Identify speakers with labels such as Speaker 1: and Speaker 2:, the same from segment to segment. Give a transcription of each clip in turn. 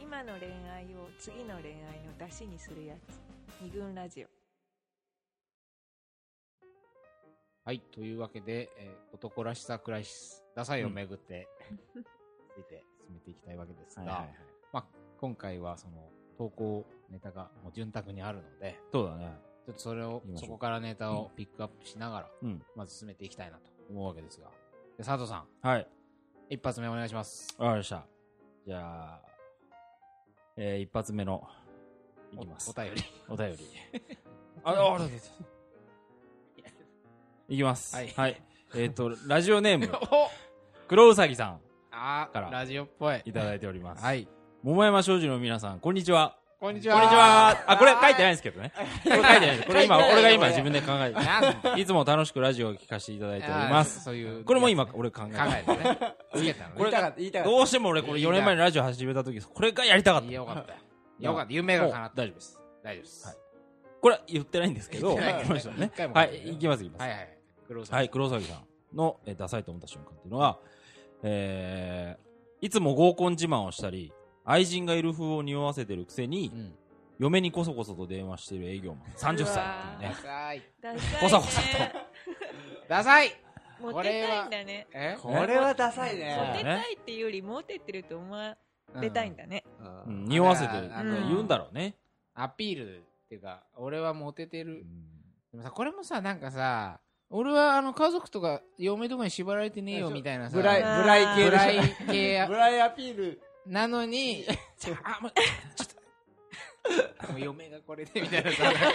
Speaker 1: 今の恋愛を次の恋愛の出しにするやつ二軍ラジオ
Speaker 2: はい、というわけで、えー男らしさクライシス、ダサいをめぐっ て、 ついて進めていきたいわけですが、
Speaker 3: はいはいはい
Speaker 2: まあ、今回はその投稿ネタがもう潤沢にあるので、
Speaker 3: そうだね。
Speaker 2: ちょっとそれを
Speaker 3: 行き、まし
Speaker 2: そ
Speaker 3: ょ
Speaker 2: うこからネタをピックアップしながら、
Speaker 3: うん。
Speaker 2: まず進めていきたいなと思うわけですが。で、佐藤さん、
Speaker 3: はい。
Speaker 2: 一発目お願いします。
Speaker 3: わかりました。じゃあ、えー、一発目の、いきます。
Speaker 2: おお便り。
Speaker 3: お便り。あ、あ、あ、あ、いきます。
Speaker 2: はい
Speaker 3: えっ、と、ラジオネー ム、
Speaker 2: お
Speaker 3: 黒うさぎさ
Speaker 2: あ
Speaker 3: から
Speaker 2: ラジオっぽい
Speaker 3: ん、い。ただいております。
Speaker 2: はい。
Speaker 3: 桃山商事の皆さん、こんにちは。
Speaker 2: こんにち
Speaker 3: こん
Speaker 2: は。
Speaker 3: にちは。あ、これ書いてないん
Speaker 2: い。
Speaker 3: ですけどね。これ書いてないです。これ今、
Speaker 2: 書いてない
Speaker 3: 俺が今自分で考
Speaker 2: な
Speaker 3: え
Speaker 2: んだ
Speaker 3: て、いつも楽しくラジオを聞かせていただいており ます。
Speaker 2: そういう。
Speaker 3: これも今、俺考え
Speaker 2: 考
Speaker 3: てる
Speaker 2: えてね。つけたのね。
Speaker 3: これ
Speaker 4: 言いたかっ た、言いたかっ
Speaker 3: どうしても俺、これ4年前にラジオ始めた時、これがやりたかった。
Speaker 2: よかったよ。よかった。夢が叶った。
Speaker 3: 大丈夫です。
Speaker 2: 大丈夫です。
Speaker 3: はいこれ言ってないんですけ
Speaker 2: 言
Speaker 3: ど、
Speaker 2: ってない
Speaker 3: 言ってましたね
Speaker 2: 一回も
Speaker 3: は
Speaker 2: 書いてない
Speaker 3: い、いきます、いきます。
Speaker 2: は
Speaker 3: は
Speaker 2: は
Speaker 3: いい、
Speaker 2: い。黒沢
Speaker 3: はい、黒崎さんの、えーダサいと思った瞬間っていうのは、えー、いつも合コン自慢をしたり、愛人がいる風を匂わせてるくせに、
Speaker 2: うん。
Speaker 3: 嫁にこそこそと電話している営業マン、30歳って
Speaker 2: ダ
Speaker 3: いうね。
Speaker 2: サい。
Speaker 1: ダサいね
Speaker 3: こそこそと
Speaker 2: ダサい
Speaker 1: モテたいんだね
Speaker 2: え
Speaker 4: た。これはダサい
Speaker 1: モテ
Speaker 4: ね。
Speaker 1: たいっていうよりモテてると思われたいんだね、
Speaker 3: う
Speaker 2: うんん
Speaker 3: 匂わせてる。
Speaker 2: あ
Speaker 1: の
Speaker 3: うん言うんだろうね。
Speaker 2: アピールっていうか、俺はモテてる。でもさ、これもさ、なんかさ、俺はあの家族とか嫁とかに縛られてねえよみたいなさ、
Speaker 4: ブライ、ブ
Speaker 1: あー
Speaker 4: ライ系
Speaker 2: ブ
Speaker 4: で
Speaker 2: ラ
Speaker 4: し
Speaker 2: イ系
Speaker 4: ょ。ブライアピール。
Speaker 2: なのに、ちょあ、もう、ちょっと、 もう嫁がこれでみたいなさ、なんか、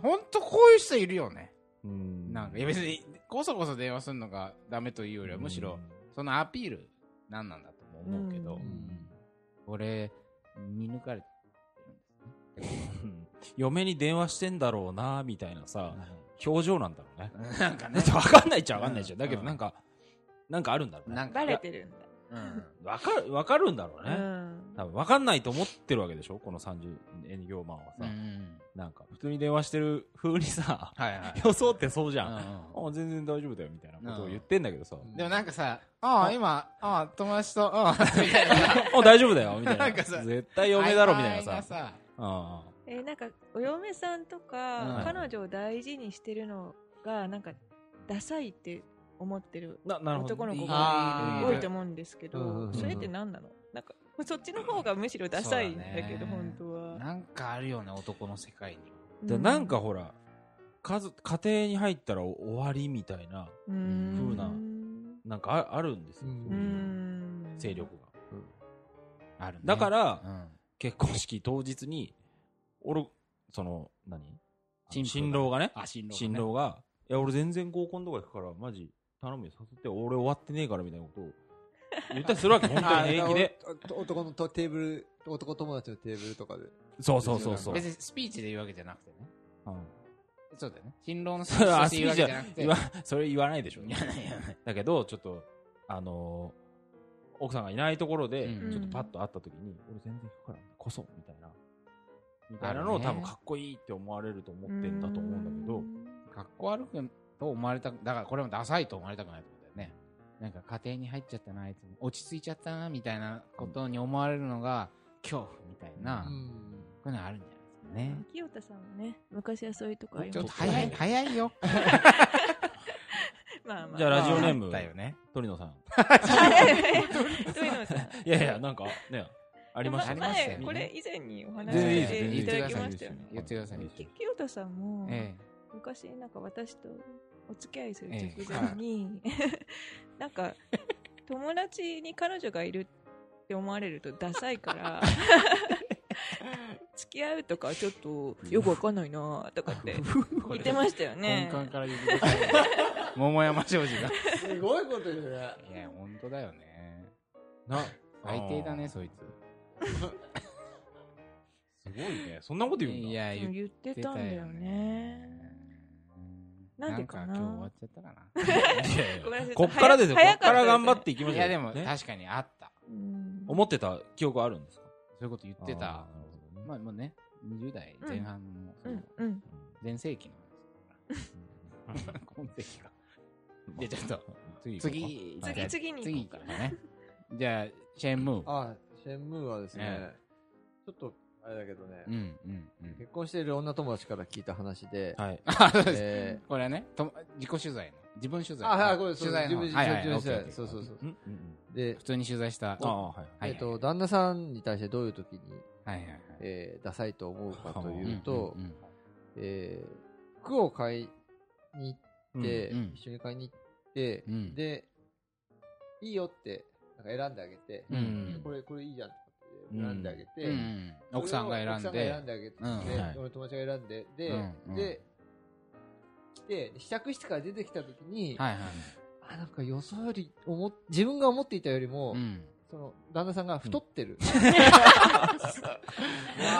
Speaker 2: ほんとこういう人いるよね。
Speaker 3: うん
Speaker 2: なんか、いや別に、こそこそ電話するのがダメというよりは、むしろ、そのアピール、なんなんだとも思うけど、
Speaker 1: うん
Speaker 3: うん
Speaker 2: 俺、見抜かれてるんですね。
Speaker 3: うん嫁に電話してんだろうな、みたいなさ、表情なんだろうね。
Speaker 2: なんか
Speaker 3: だ
Speaker 2: ね
Speaker 3: っ、てわかんないっちゃわかんないじゃ。
Speaker 2: うんん
Speaker 3: だけどなんか、なんかあるんだろうね。
Speaker 2: なんか
Speaker 1: バレてるんだ
Speaker 2: うん
Speaker 3: わかる、わかるんだろう
Speaker 1: う
Speaker 3: ね。
Speaker 1: ん
Speaker 3: 多分わかんないと思ってるわけでしょこの30営業マンはさ
Speaker 2: う。ん
Speaker 3: なんか、普通に電話してる風にさ、
Speaker 2: はいはい。
Speaker 3: 装ってそうじゃん。あ
Speaker 2: う
Speaker 3: 全然大丈夫だよ、みたいなこと
Speaker 2: う
Speaker 3: を
Speaker 2: ん
Speaker 3: 言ってんだけどさ。
Speaker 2: んでもなんかさ、ああ、今、ああ、友達と、ああ、 みたいなさ。
Speaker 3: あ、大丈夫だよ、みたい
Speaker 2: な
Speaker 3: な。
Speaker 2: んかさ
Speaker 3: 絶対嫁だろ、みたい
Speaker 2: 曖昧
Speaker 3: なさ。あ
Speaker 1: えーなんかお嫁さんとか、
Speaker 2: うん
Speaker 1: 彼女を大事にしてるのがなんかダサいって思ってる
Speaker 3: あ。な、なるほど。
Speaker 1: 男の子
Speaker 2: あー
Speaker 1: 多いと思うんですけど、
Speaker 4: うんうんうん
Speaker 1: それって何なのなんかそっちの方がむしろダサいんだけ
Speaker 2: そうだ
Speaker 1: ど、
Speaker 2: ね
Speaker 1: 本当は、
Speaker 2: なんかあるよね、男の世界に。
Speaker 3: でなんかほら、家族、家庭に入ったら終わりみたいな、
Speaker 1: ふう
Speaker 3: 風
Speaker 1: ん
Speaker 3: ななんかああるんですよ。
Speaker 4: うん
Speaker 1: う
Speaker 3: そういうん勢力が。
Speaker 2: あるね。
Speaker 3: だか、ら
Speaker 2: う、ん。
Speaker 3: 結婚式当日に、俺、その、何
Speaker 2: 新婦が
Speaker 3: 新郎がね、
Speaker 2: あ、新郎。
Speaker 3: 新。郎が、いや、俺全然合コンとか行くから、マジ、頼むよ、誘って、俺終わってねえから、みたいなことを言ったりするわけ、本当に平気で。
Speaker 4: あ。おお男のとテーブル、男友達のテーブルとかで。
Speaker 3: そうそうそうそう。
Speaker 2: 別にスピーチで言うわけじゃなくてね。
Speaker 3: うん
Speaker 2: そうだよね。新郎のスピ
Speaker 3: それ
Speaker 2: ー
Speaker 3: は
Speaker 2: チで言うわけじゃなくて。
Speaker 3: 言わそれ言わないでしょ。
Speaker 2: 言わない言わない
Speaker 3: だけど、ちょっと、あのー奥さんがいないところで、
Speaker 2: うん
Speaker 3: ちょっとパッと会った時に、俺全然行くから、こそ、みたいな。みたいなの
Speaker 2: あ
Speaker 3: を
Speaker 2: るね
Speaker 3: 多分かっこいいって思われると思ってんだと思うんだけど、
Speaker 2: かっこ悪くと思われたくだからこれもダサいと思われたくないってことだよねなんか家庭に入っちゃったなあいつも落ち着いちゃったなみたいなことに思われるのが恐怖みたいな、
Speaker 3: う
Speaker 2: こういうのあるんじゃないです
Speaker 1: 清田さんはね昔はそういうとこ
Speaker 2: か
Speaker 1: あ
Speaker 2: ね
Speaker 1: り
Speaker 2: ちょ
Speaker 1: ま
Speaker 2: っ
Speaker 1: し
Speaker 2: と
Speaker 1: た
Speaker 2: 早い早いよ
Speaker 1: まあまあ
Speaker 3: じゃあラジオ ネーム
Speaker 2: だよね
Speaker 3: 鳥野さん。
Speaker 1: 鳥野さん
Speaker 3: いやいや、なんか、ね、ありました
Speaker 2: ね
Speaker 1: まあ
Speaker 2: ありました
Speaker 1: 前
Speaker 2: よね
Speaker 1: これ以前にお話
Speaker 3: 全然いい
Speaker 1: ししてい
Speaker 3: です全然いい
Speaker 1: ただ
Speaker 3: です
Speaker 1: きましたよね
Speaker 2: 言ってくださいよ
Speaker 1: き清田さんも、
Speaker 2: え
Speaker 1: 昔なんか私とお付き合いする直前に、 なんか友達に彼女がいるって思われるとダサいから 付き合うとかちょっとよくわかんないなとかって言ってましたよ
Speaker 2: え
Speaker 1: ね
Speaker 2: 根幹から言ってくださいよ桃山商事がい
Speaker 4: すごいこと言うね。
Speaker 2: や本当だよね
Speaker 3: な、
Speaker 2: 最低だね
Speaker 3: あー
Speaker 2: そいつ
Speaker 3: すごいね。そんなこと言うんだ。
Speaker 2: いや言っ
Speaker 1: 言って
Speaker 2: て
Speaker 1: た
Speaker 2: た
Speaker 1: んだ
Speaker 2: よ
Speaker 1: よ
Speaker 2: ね
Speaker 1: ねなん
Speaker 2: な
Speaker 1: で
Speaker 2: んか
Speaker 1: かな
Speaker 2: 今日終わっちゃったかな
Speaker 1: ごめんなさい
Speaker 3: こっからですよ。こ
Speaker 1: 早
Speaker 3: っ
Speaker 1: かった
Speaker 3: か
Speaker 1: です
Speaker 3: ら
Speaker 1: ね
Speaker 3: 頑張っていきましょう。
Speaker 2: いやでも、
Speaker 3: ね
Speaker 2: 確かにあった。
Speaker 1: うん
Speaker 3: 思ってた記憶あるんですか
Speaker 2: そういうこと言って
Speaker 3: あーな
Speaker 2: た。
Speaker 3: るほどね
Speaker 2: まあもうね、20代前半の、
Speaker 1: うんうん
Speaker 2: 全盛期の話だから。今世紀か。で、ちょっと、
Speaker 3: 次行こうか
Speaker 2: 次、
Speaker 1: 次次に
Speaker 2: 次行くからね。じゃあ、シェンムー。
Speaker 4: あ、専務はですね
Speaker 2: え、
Speaker 4: ちょっと、あれだけどね、
Speaker 2: うんうんうん。
Speaker 4: 結婚している女友達から聞いた話で、
Speaker 3: はい。
Speaker 2: あ、そうです。
Speaker 4: え
Speaker 2: これはね、とも自己取材の。自分取
Speaker 4: ー
Speaker 2: 材。
Speaker 4: あ、はい、これ、そう
Speaker 2: 取材の。
Speaker 4: 自分
Speaker 2: はいはい
Speaker 4: 自分自
Speaker 2: オッケーオッケー
Speaker 4: 分そうそうそう。
Speaker 3: うんうんうん。
Speaker 4: で
Speaker 2: 普、通に取材した。
Speaker 3: あ
Speaker 2: は
Speaker 3: あ、はい。
Speaker 2: い。
Speaker 4: えっと、旦那さんに対してどういう時に、
Speaker 2: はいはいはい。
Speaker 4: えーダサいと思うかと
Speaker 2: う
Speaker 4: い
Speaker 2: ん
Speaker 4: うと、
Speaker 2: うんうん
Speaker 4: えー服を買いに行って、
Speaker 2: うんうん
Speaker 4: 一緒に買いに行って、
Speaker 2: うん
Speaker 4: で、いいよって、なんか選んであげて、
Speaker 2: うん
Speaker 4: これ、これいいじゃんって選んであげて、
Speaker 2: うんうん奥さんが選ん
Speaker 4: それを奥さん
Speaker 2: で
Speaker 4: が選ん。であげて、
Speaker 2: うん
Speaker 4: で
Speaker 3: はい
Speaker 4: 俺の友達が選んで、で、
Speaker 2: うん
Speaker 4: で、来て、試着室から出てきた時に、
Speaker 2: はいはい。
Speaker 4: あ、なんか予想より思っ、自分が思っていたよりも、
Speaker 2: うん。
Speaker 4: その、旦那さんが太ってる。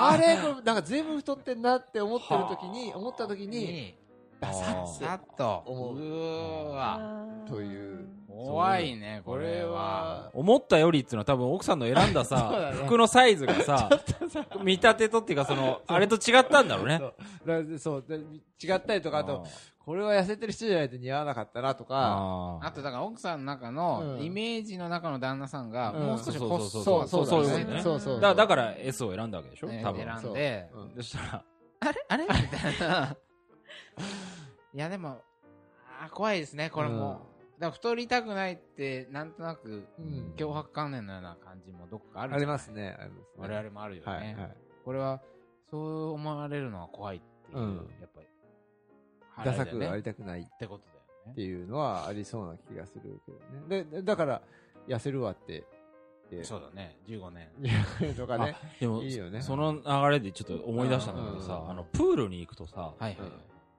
Speaker 4: あれこれ、なんか随分太ってんなって思ってる時に、思った時に、ダサ
Speaker 3: あー
Speaker 4: ッて
Speaker 2: さっと。
Speaker 4: 思う
Speaker 2: うーわ。
Speaker 1: あー
Speaker 4: という
Speaker 2: 怖いね、これは。
Speaker 3: 思ったよりっていうのは多分奥さんの選ん だ
Speaker 4: そうだ
Speaker 3: さ
Speaker 4: ね、
Speaker 3: 服のサイズがさ、見立てとっていうかその、あれと違ったんだろうね。
Speaker 4: そうだそうで違ったりとか、あと、これは痩せてる人じゃないと似合わなかったなとか、
Speaker 3: あー
Speaker 2: あとだから奥さんの中の
Speaker 4: うん
Speaker 2: イメージの中の旦那さんが
Speaker 4: うん
Speaker 2: もう少し
Speaker 3: そうそうそう
Speaker 2: 細
Speaker 3: そう
Speaker 2: 細
Speaker 3: そう
Speaker 2: い
Speaker 3: そう
Speaker 2: ね
Speaker 4: そうそう。
Speaker 3: だからだから、S を選んだわけでしょ
Speaker 2: ね
Speaker 3: 多分。
Speaker 2: 選んで
Speaker 4: そううん
Speaker 3: そしたら、
Speaker 2: あれあれみたいな いやでもあー怖いですねこれも、だから太りたくないってなんとなく
Speaker 4: うん
Speaker 2: 脅迫観念のような感じもどこかある
Speaker 4: あ
Speaker 2: じ
Speaker 4: り
Speaker 2: ゃない
Speaker 4: ますね。ありますね
Speaker 2: 我々もあるよね、
Speaker 4: はい、はい。
Speaker 2: これはそう思われるのは怖いっていう、
Speaker 4: うん
Speaker 2: やっぱりあれ
Speaker 4: ダ
Speaker 2: だよ
Speaker 4: サ
Speaker 2: ね
Speaker 4: くありたくないっ
Speaker 2: ってことだよ
Speaker 4: て
Speaker 2: ね
Speaker 4: いうのはありそうな気がするけどね。で、でだから、痩せるわって、 って
Speaker 2: そうだね15年
Speaker 4: 言うとかね。
Speaker 3: でも
Speaker 4: いいよ、ね
Speaker 3: その流れでちょっと思い出したんだけど
Speaker 4: うん
Speaker 3: さ
Speaker 4: う、ん
Speaker 3: あの、プールに行くとさ、
Speaker 2: はいはい、
Speaker 4: うん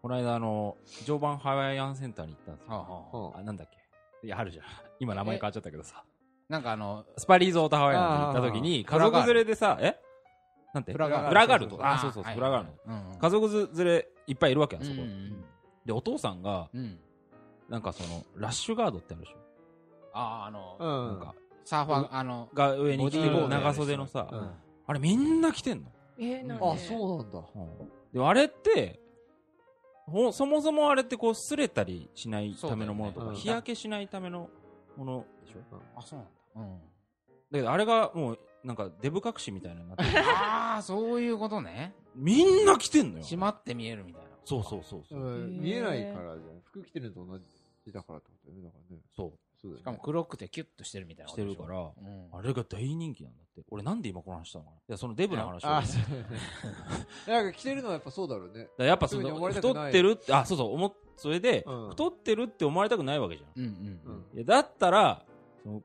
Speaker 3: この間あの、常磐ハワイアンセンターに行ったんです
Speaker 2: はあ
Speaker 3: よ。
Speaker 2: はあ
Speaker 4: うん
Speaker 3: あ、なんだっけいや、あるじゃん。 今名前変わっちゃったけどさ。
Speaker 2: なんかあの
Speaker 3: スパリーゾートハワイアンズに行った時に、
Speaker 2: あー
Speaker 3: 家族連れでさ、えなんて
Speaker 2: フラガール
Speaker 3: フラガールとか。
Speaker 2: あ
Speaker 3: あ、そうそう
Speaker 2: は
Speaker 3: そう、
Speaker 2: い
Speaker 3: フラガールの。
Speaker 2: うんうん
Speaker 3: 家族連れいっぱいいるわけやん、そこ
Speaker 2: うんう。ん
Speaker 3: で、お父さんが、
Speaker 2: うんうん
Speaker 3: なんかその、ラッシュガードってあるでしょ
Speaker 2: あああの、
Speaker 4: うん。
Speaker 3: なんか、
Speaker 2: サーファーあの
Speaker 3: が上に着て
Speaker 4: ボディーボー
Speaker 3: る
Speaker 4: ドや
Speaker 3: 長袖の
Speaker 4: う
Speaker 3: さ、
Speaker 4: ん
Speaker 3: あれみんな着てんの
Speaker 1: えー、なんで
Speaker 4: あ、そうなんだ。
Speaker 3: で、あれって、ほそもそもあれってこう、擦れたりしないためのものと
Speaker 4: そうだ
Speaker 3: か、
Speaker 4: よね
Speaker 3: 日焼けしないためのものでしょ
Speaker 2: あそうなんだ うん
Speaker 3: だけど、あれがもう、なんか、デブ隠しみたいなのになってる
Speaker 2: ああ、そういうことね。
Speaker 3: みんな着てんのよ。
Speaker 2: 閉まって見えるみたいな。
Speaker 3: そうそうそうそうう。
Speaker 4: ん
Speaker 1: へー
Speaker 4: 見えないからじゃん。服着てるのと同じだからってことだよね。だからね。
Speaker 3: そう。
Speaker 4: そうだよね
Speaker 2: しかも黒くてキュッとしてるみたいな。
Speaker 3: してるか。ら、
Speaker 2: うん。
Speaker 3: あれが大人気なんだって。俺なんで今この話したのかないや、そのデブの話を。
Speaker 4: あ、そうだよね。 なんか着てるのはやっぱそうだろうね。
Speaker 3: だからやっぱそ
Speaker 4: そういうふうに思わ
Speaker 3: の
Speaker 4: れたく
Speaker 3: 太
Speaker 4: ない
Speaker 3: ってるって、あ、そうそう、思っ、それで、
Speaker 4: うん
Speaker 3: 太ってるって思われたくないわけじゃ
Speaker 2: う
Speaker 3: ん。
Speaker 2: んう
Speaker 4: うんん。
Speaker 3: いや、だったら、その、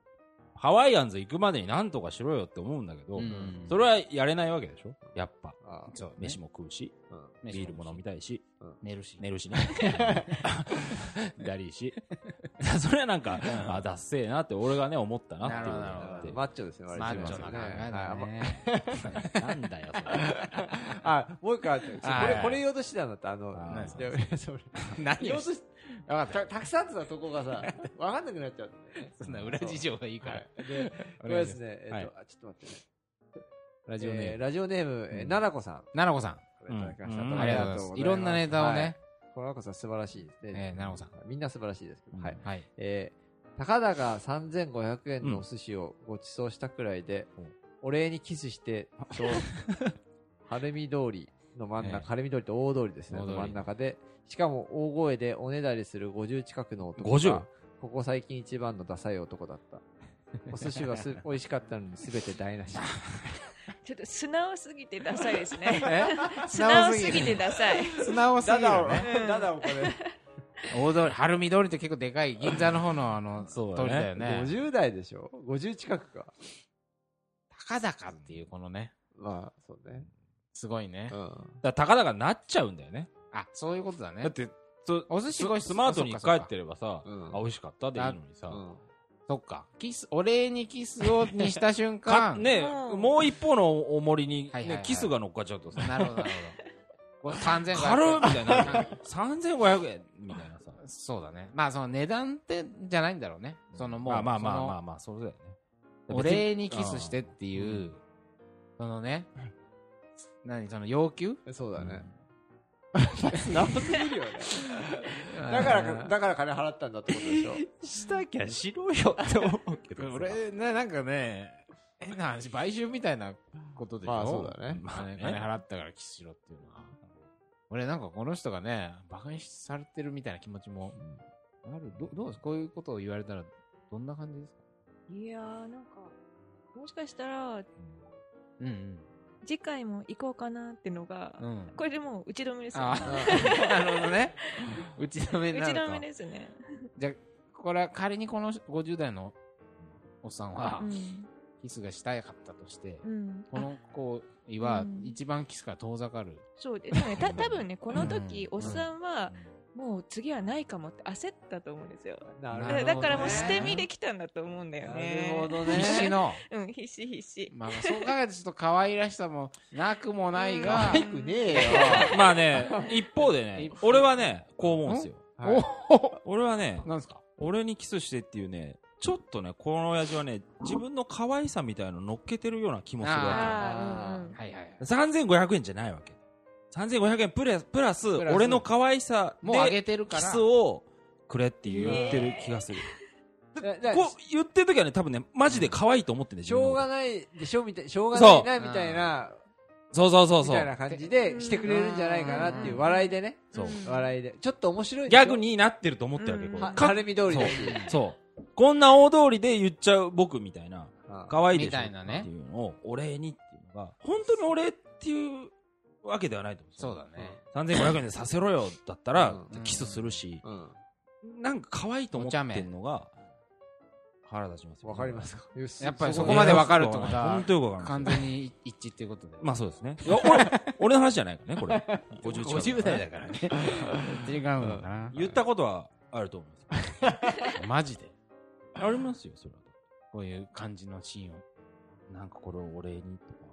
Speaker 3: ハワイアンズ行くまでになんとかしろよって思うんだけど、
Speaker 2: うん。
Speaker 3: それはやれないわけでしょやっぱ。
Speaker 4: あ
Speaker 2: そうね、
Speaker 3: 飯も食うし、
Speaker 4: うん
Speaker 3: ビールも飲み
Speaker 2: たい。
Speaker 3: たいし、
Speaker 2: 寝るし。
Speaker 3: 寝るしね。 だりーし。 それはなんか、あ、だっせえなって俺がね、思ったなっていうの
Speaker 2: なるほど
Speaker 3: があ
Speaker 2: な
Speaker 3: っ
Speaker 2: る
Speaker 3: て
Speaker 2: ほ
Speaker 4: マッチョですね、
Speaker 2: マ
Speaker 4: 割
Speaker 2: ッチ
Speaker 4: とね
Speaker 2: ョな考
Speaker 4: は
Speaker 2: え
Speaker 4: い
Speaker 2: だ
Speaker 4: あま
Speaker 2: ね。
Speaker 3: なんだよ、それ。
Speaker 4: あ、もう一個あったよこ
Speaker 2: はいは
Speaker 4: れ
Speaker 2: い、
Speaker 4: これ言おうとしてたんだった。あの、
Speaker 3: あ
Speaker 2: 何です
Speaker 4: いやそれ
Speaker 2: 何
Speaker 4: 言お
Speaker 2: を
Speaker 4: うとし
Speaker 2: わかった
Speaker 4: たたくさんあってたとこ がさ、わかんなくなっちゃったんだよね。
Speaker 2: そんな裏事情がいいか
Speaker 4: は
Speaker 2: ら
Speaker 4: い。。で、これはですね、えっと、あちょっと待ってね。
Speaker 2: ラ
Speaker 4: ラ
Speaker 2: ジオネーム。
Speaker 4: ラジオネーム、えー、ななこさん。
Speaker 2: 奈々子さん。
Speaker 4: これいただきました
Speaker 3: うん
Speaker 2: ありがとうございます。いろんなネタを。
Speaker 4: ありがとうございます
Speaker 2: ね。
Speaker 4: はいこのななこさん素晴らしいです
Speaker 2: え
Speaker 4: ね
Speaker 2: ー。ななこさん。
Speaker 4: みんな素晴らしいですけど。はい。
Speaker 2: はい。
Speaker 4: えー、たかだか3500円のお寿司をご馳走したくらいで、
Speaker 3: うん
Speaker 4: お礼にキスして、 と、晴海通りの真ん中、
Speaker 2: ええ
Speaker 4: 晴海通りと大通りですね、
Speaker 2: 大通り
Speaker 4: 真ん中で、しかも大声でおねだりする50近くの男が、
Speaker 3: 50
Speaker 4: ここ最近一番のダサい男だ った。お寿司はす美味しかったのに全て台無し。
Speaker 1: ちょっと素直すぎてダサいですね
Speaker 2: え
Speaker 1: 素直すぎてダサい
Speaker 2: 素直すぎるよね。
Speaker 4: ダダをこ
Speaker 2: 大通り、晴海通りって結構でかい銀座の方のあ の、通
Speaker 3: そ
Speaker 2: り
Speaker 3: うだね
Speaker 2: だよ
Speaker 4: れ、
Speaker 2: ね。
Speaker 4: 50代でしょ ?50 近くか。
Speaker 2: 高々っていうこのね、
Speaker 4: まあ、そうね。
Speaker 2: すごいね
Speaker 4: う。ん。
Speaker 3: だから、たかだかなっちゃうんだよね。
Speaker 2: あ、そういうことだね。
Speaker 3: だって、そ
Speaker 2: お寿司ご
Speaker 3: ス
Speaker 2: ちそう
Speaker 3: スマートに
Speaker 2: あ
Speaker 3: 帰
Speaker 2: そっか
Speaker 3: ってればさ、
Speaker 4: うん
Speaker 3: あ、美味しかったでいいのにさ、
Speaker 4: うん
Speaker 2: そっか。キス、お礼にキスを、にした瞬
Speaker 3: か
Speaker 2: 間。。
Speaker 3: ね、
Speaker 1: うん
Speaker 3: もう一方のお盛りに、ね
Speaker 2: はいはいはい
Speaker 3: キスが乗っかっちゃうとさ、
Speaker 2: なるほど、なる ほど。三千
Speaker 3: 軽っみたいな。3500円みたいなさ。
Speaker 2: そうだね。まあ、その値段って、じゃないんだろうね。そのもう、
Speaker 3: まあまあまあ
Speaker 2: その
Speaker 3: まあまあ、それだよね。
Speaker 2: お礼にキスしてっていう、そのね、何、その要求
Speaker 4: えそうだね。
Speaker 3: 別に。な
Speaker 4: すぎるよね。だからか、だから金払ったんだってことでしょ。
Speaker 3: したきゃしろよって思うけどさ。
Speaker 2: 俺、ね、なんかね、変な話、買収みたいなことでしょ
Speaker 5: まあそうだね
Speaker 2: まあね
Speaker 3: まあ
Speaker 2: 金
Speaker 3: ね
Speaker 2: 払ったからキスしろっていうのは。俺なんかこの人がね、馬鹿にされてるみたいな気持ちもある。どどうですこういうことを言われたら、どんな感じですか
Speaker 1: いやー、なんか、もしかしたら、
Speaker 2: うんうん。
Speaker 1: 次回も行こうかなってのが、
Speaker 2: うん。
Speaker 1: これでもう打ち止めですよ
Speaker 2: ああ、なるほど ね。打ち止めに
Speaker 1: 打
Speaker 2: な
Speaker 1: ち
Speaker 2: ると。
Speaker 1: 止めですね。
Speaker 2: じゃあ、これは仮にこの50代のおっさんは
Speaker 1: う、ん。
Speaker 2: キスがしたかったとして、
Speaker 1: うん。
Speaker 2: こ
Speaker 1: あ
Speaker 2: の行為は
Speaker 1: うん
Speaker 2: 一番キスから遠ざかる。
Speaker 1: そうででもね、た多分ね、この時、
Speaker 2: うん
Speaker 1: おっさんは、もう次はないかもって焦ったと思うんですよ。だだからもう捨て身できたんだと思うんだよね。
Speaker 4: なるほどね
Speaker 2: 必死の。
Speaker 1: うん、必死必死。
Speaker 2: まあ、そう考えるとちょっと可愛らしさもなくもないが
Speaker 1: う、ん
Speaker 5: くねえよ。
Speaker 3: まあね、一方でね
Speaker 2: 一、方
Speaker 3: 俺はね、こう思うんですよ。
Speaker 2: お
Speaker 4: はい
Speaker 3: 俺はね、
Speaker 2: なんですか
Speaker 3: 俺にキスしてっていうね、ちょっとね、この親父はね、自分の可愛さみたいの乗っけてるような気もするわ
Speaker 1: あーうんうん
Speaker 2: はいはいはい
Speaker 3: け。3500円じゃないわけ。3500円プラス、プラス、
Speaker 2: プラス
Speaker 3: 俺の可愛さ
Speaker 2: もうあ
Speaker 3: で、
Speaker 2: げてるか
Speaker 3: キ
Speaker 2: ら。
Speaker 3: スをくれって言ってる気がする。
Speaker 4: だだ
Speaker 3: こう言ってる時はね、多分ね、マジで可愛いと思ってね、
Speaker 4: しょうが
Speaker 3: い。
Speaker 4: ないでしょみたいしょうがないな
Speaker 2: そう
Speaker 4: みたいな、
Speaker 3: そうそうそう
Speaker 4: み
Speaker 3: そ
Speaker 4: たいな
Speaker 3: う。
Speaker 4: 感じでしてくれるんじゃないかなっていう笑いでね、
Speaker 3: そう。
Speaker 1: うん
Speaker 4: 笑いでちょっと面白い
Speaker 3: ギャグになってると思ってるわけ、
Speaker 1: うん
Speaker 3: こ
Speaker 4: は
Speaker 3: う。か
Speaker 4: 晴れ見通りだし
Speaker 3: そう。こんな大通りで言っちゃう僕みたいな。
Speaker 4: うん
Speaker 3: 可愛いでしょ
Speaker 2: みたいなね
Speaker 3: っていうのをお礼にっていうのが本当にお礼っていうわけではないと
Speaker 2: そ
Speaker 3: 思
Speaker 2: うだね。
Speaker 3: う3500円でさせろよだったら
Speaker 2: うん
Speaker 3: キスするし
Speaker 4: うん
Speaker 3: なんか可愛いと思ってんのが腹立ちますよ
Speaker 4: わかりますか
Speaker 2: やっぱり
Speaker 3: そ
Speaker 2: そ
Speaker 3: こ
Speaker 2: こ
Speaker 3: ま
Speaker 2: まで
Speaker 3: でわ
Speaker 2: わ
Speaker 3: か
Speaker 2: か
Speaker 3: る
Speaker 2: る
Speaker 3: っ
Speaker 2: っててこ
Speaker 3: こ
Speaker 2: とと
Speaker 3: は
Speaker 2: は
Speaker 3: 本当よくわかん
Speaker 2: 完
Speaker 3: ない
Speaker 2: 全に一致っていうことで。
Speaker 3: まあそうですねいや俺俺の話じゃないからねこれ
Speaker 2: 50代だからね。違うのかな。
Speaker 3: 言ったことはあると思うんです
Speaker 2: マジで。
Speaker 3: よありますよそれは
Speaker 2: こういう感じのシーンを。
Speaker 3: なんかこれをお礼にとか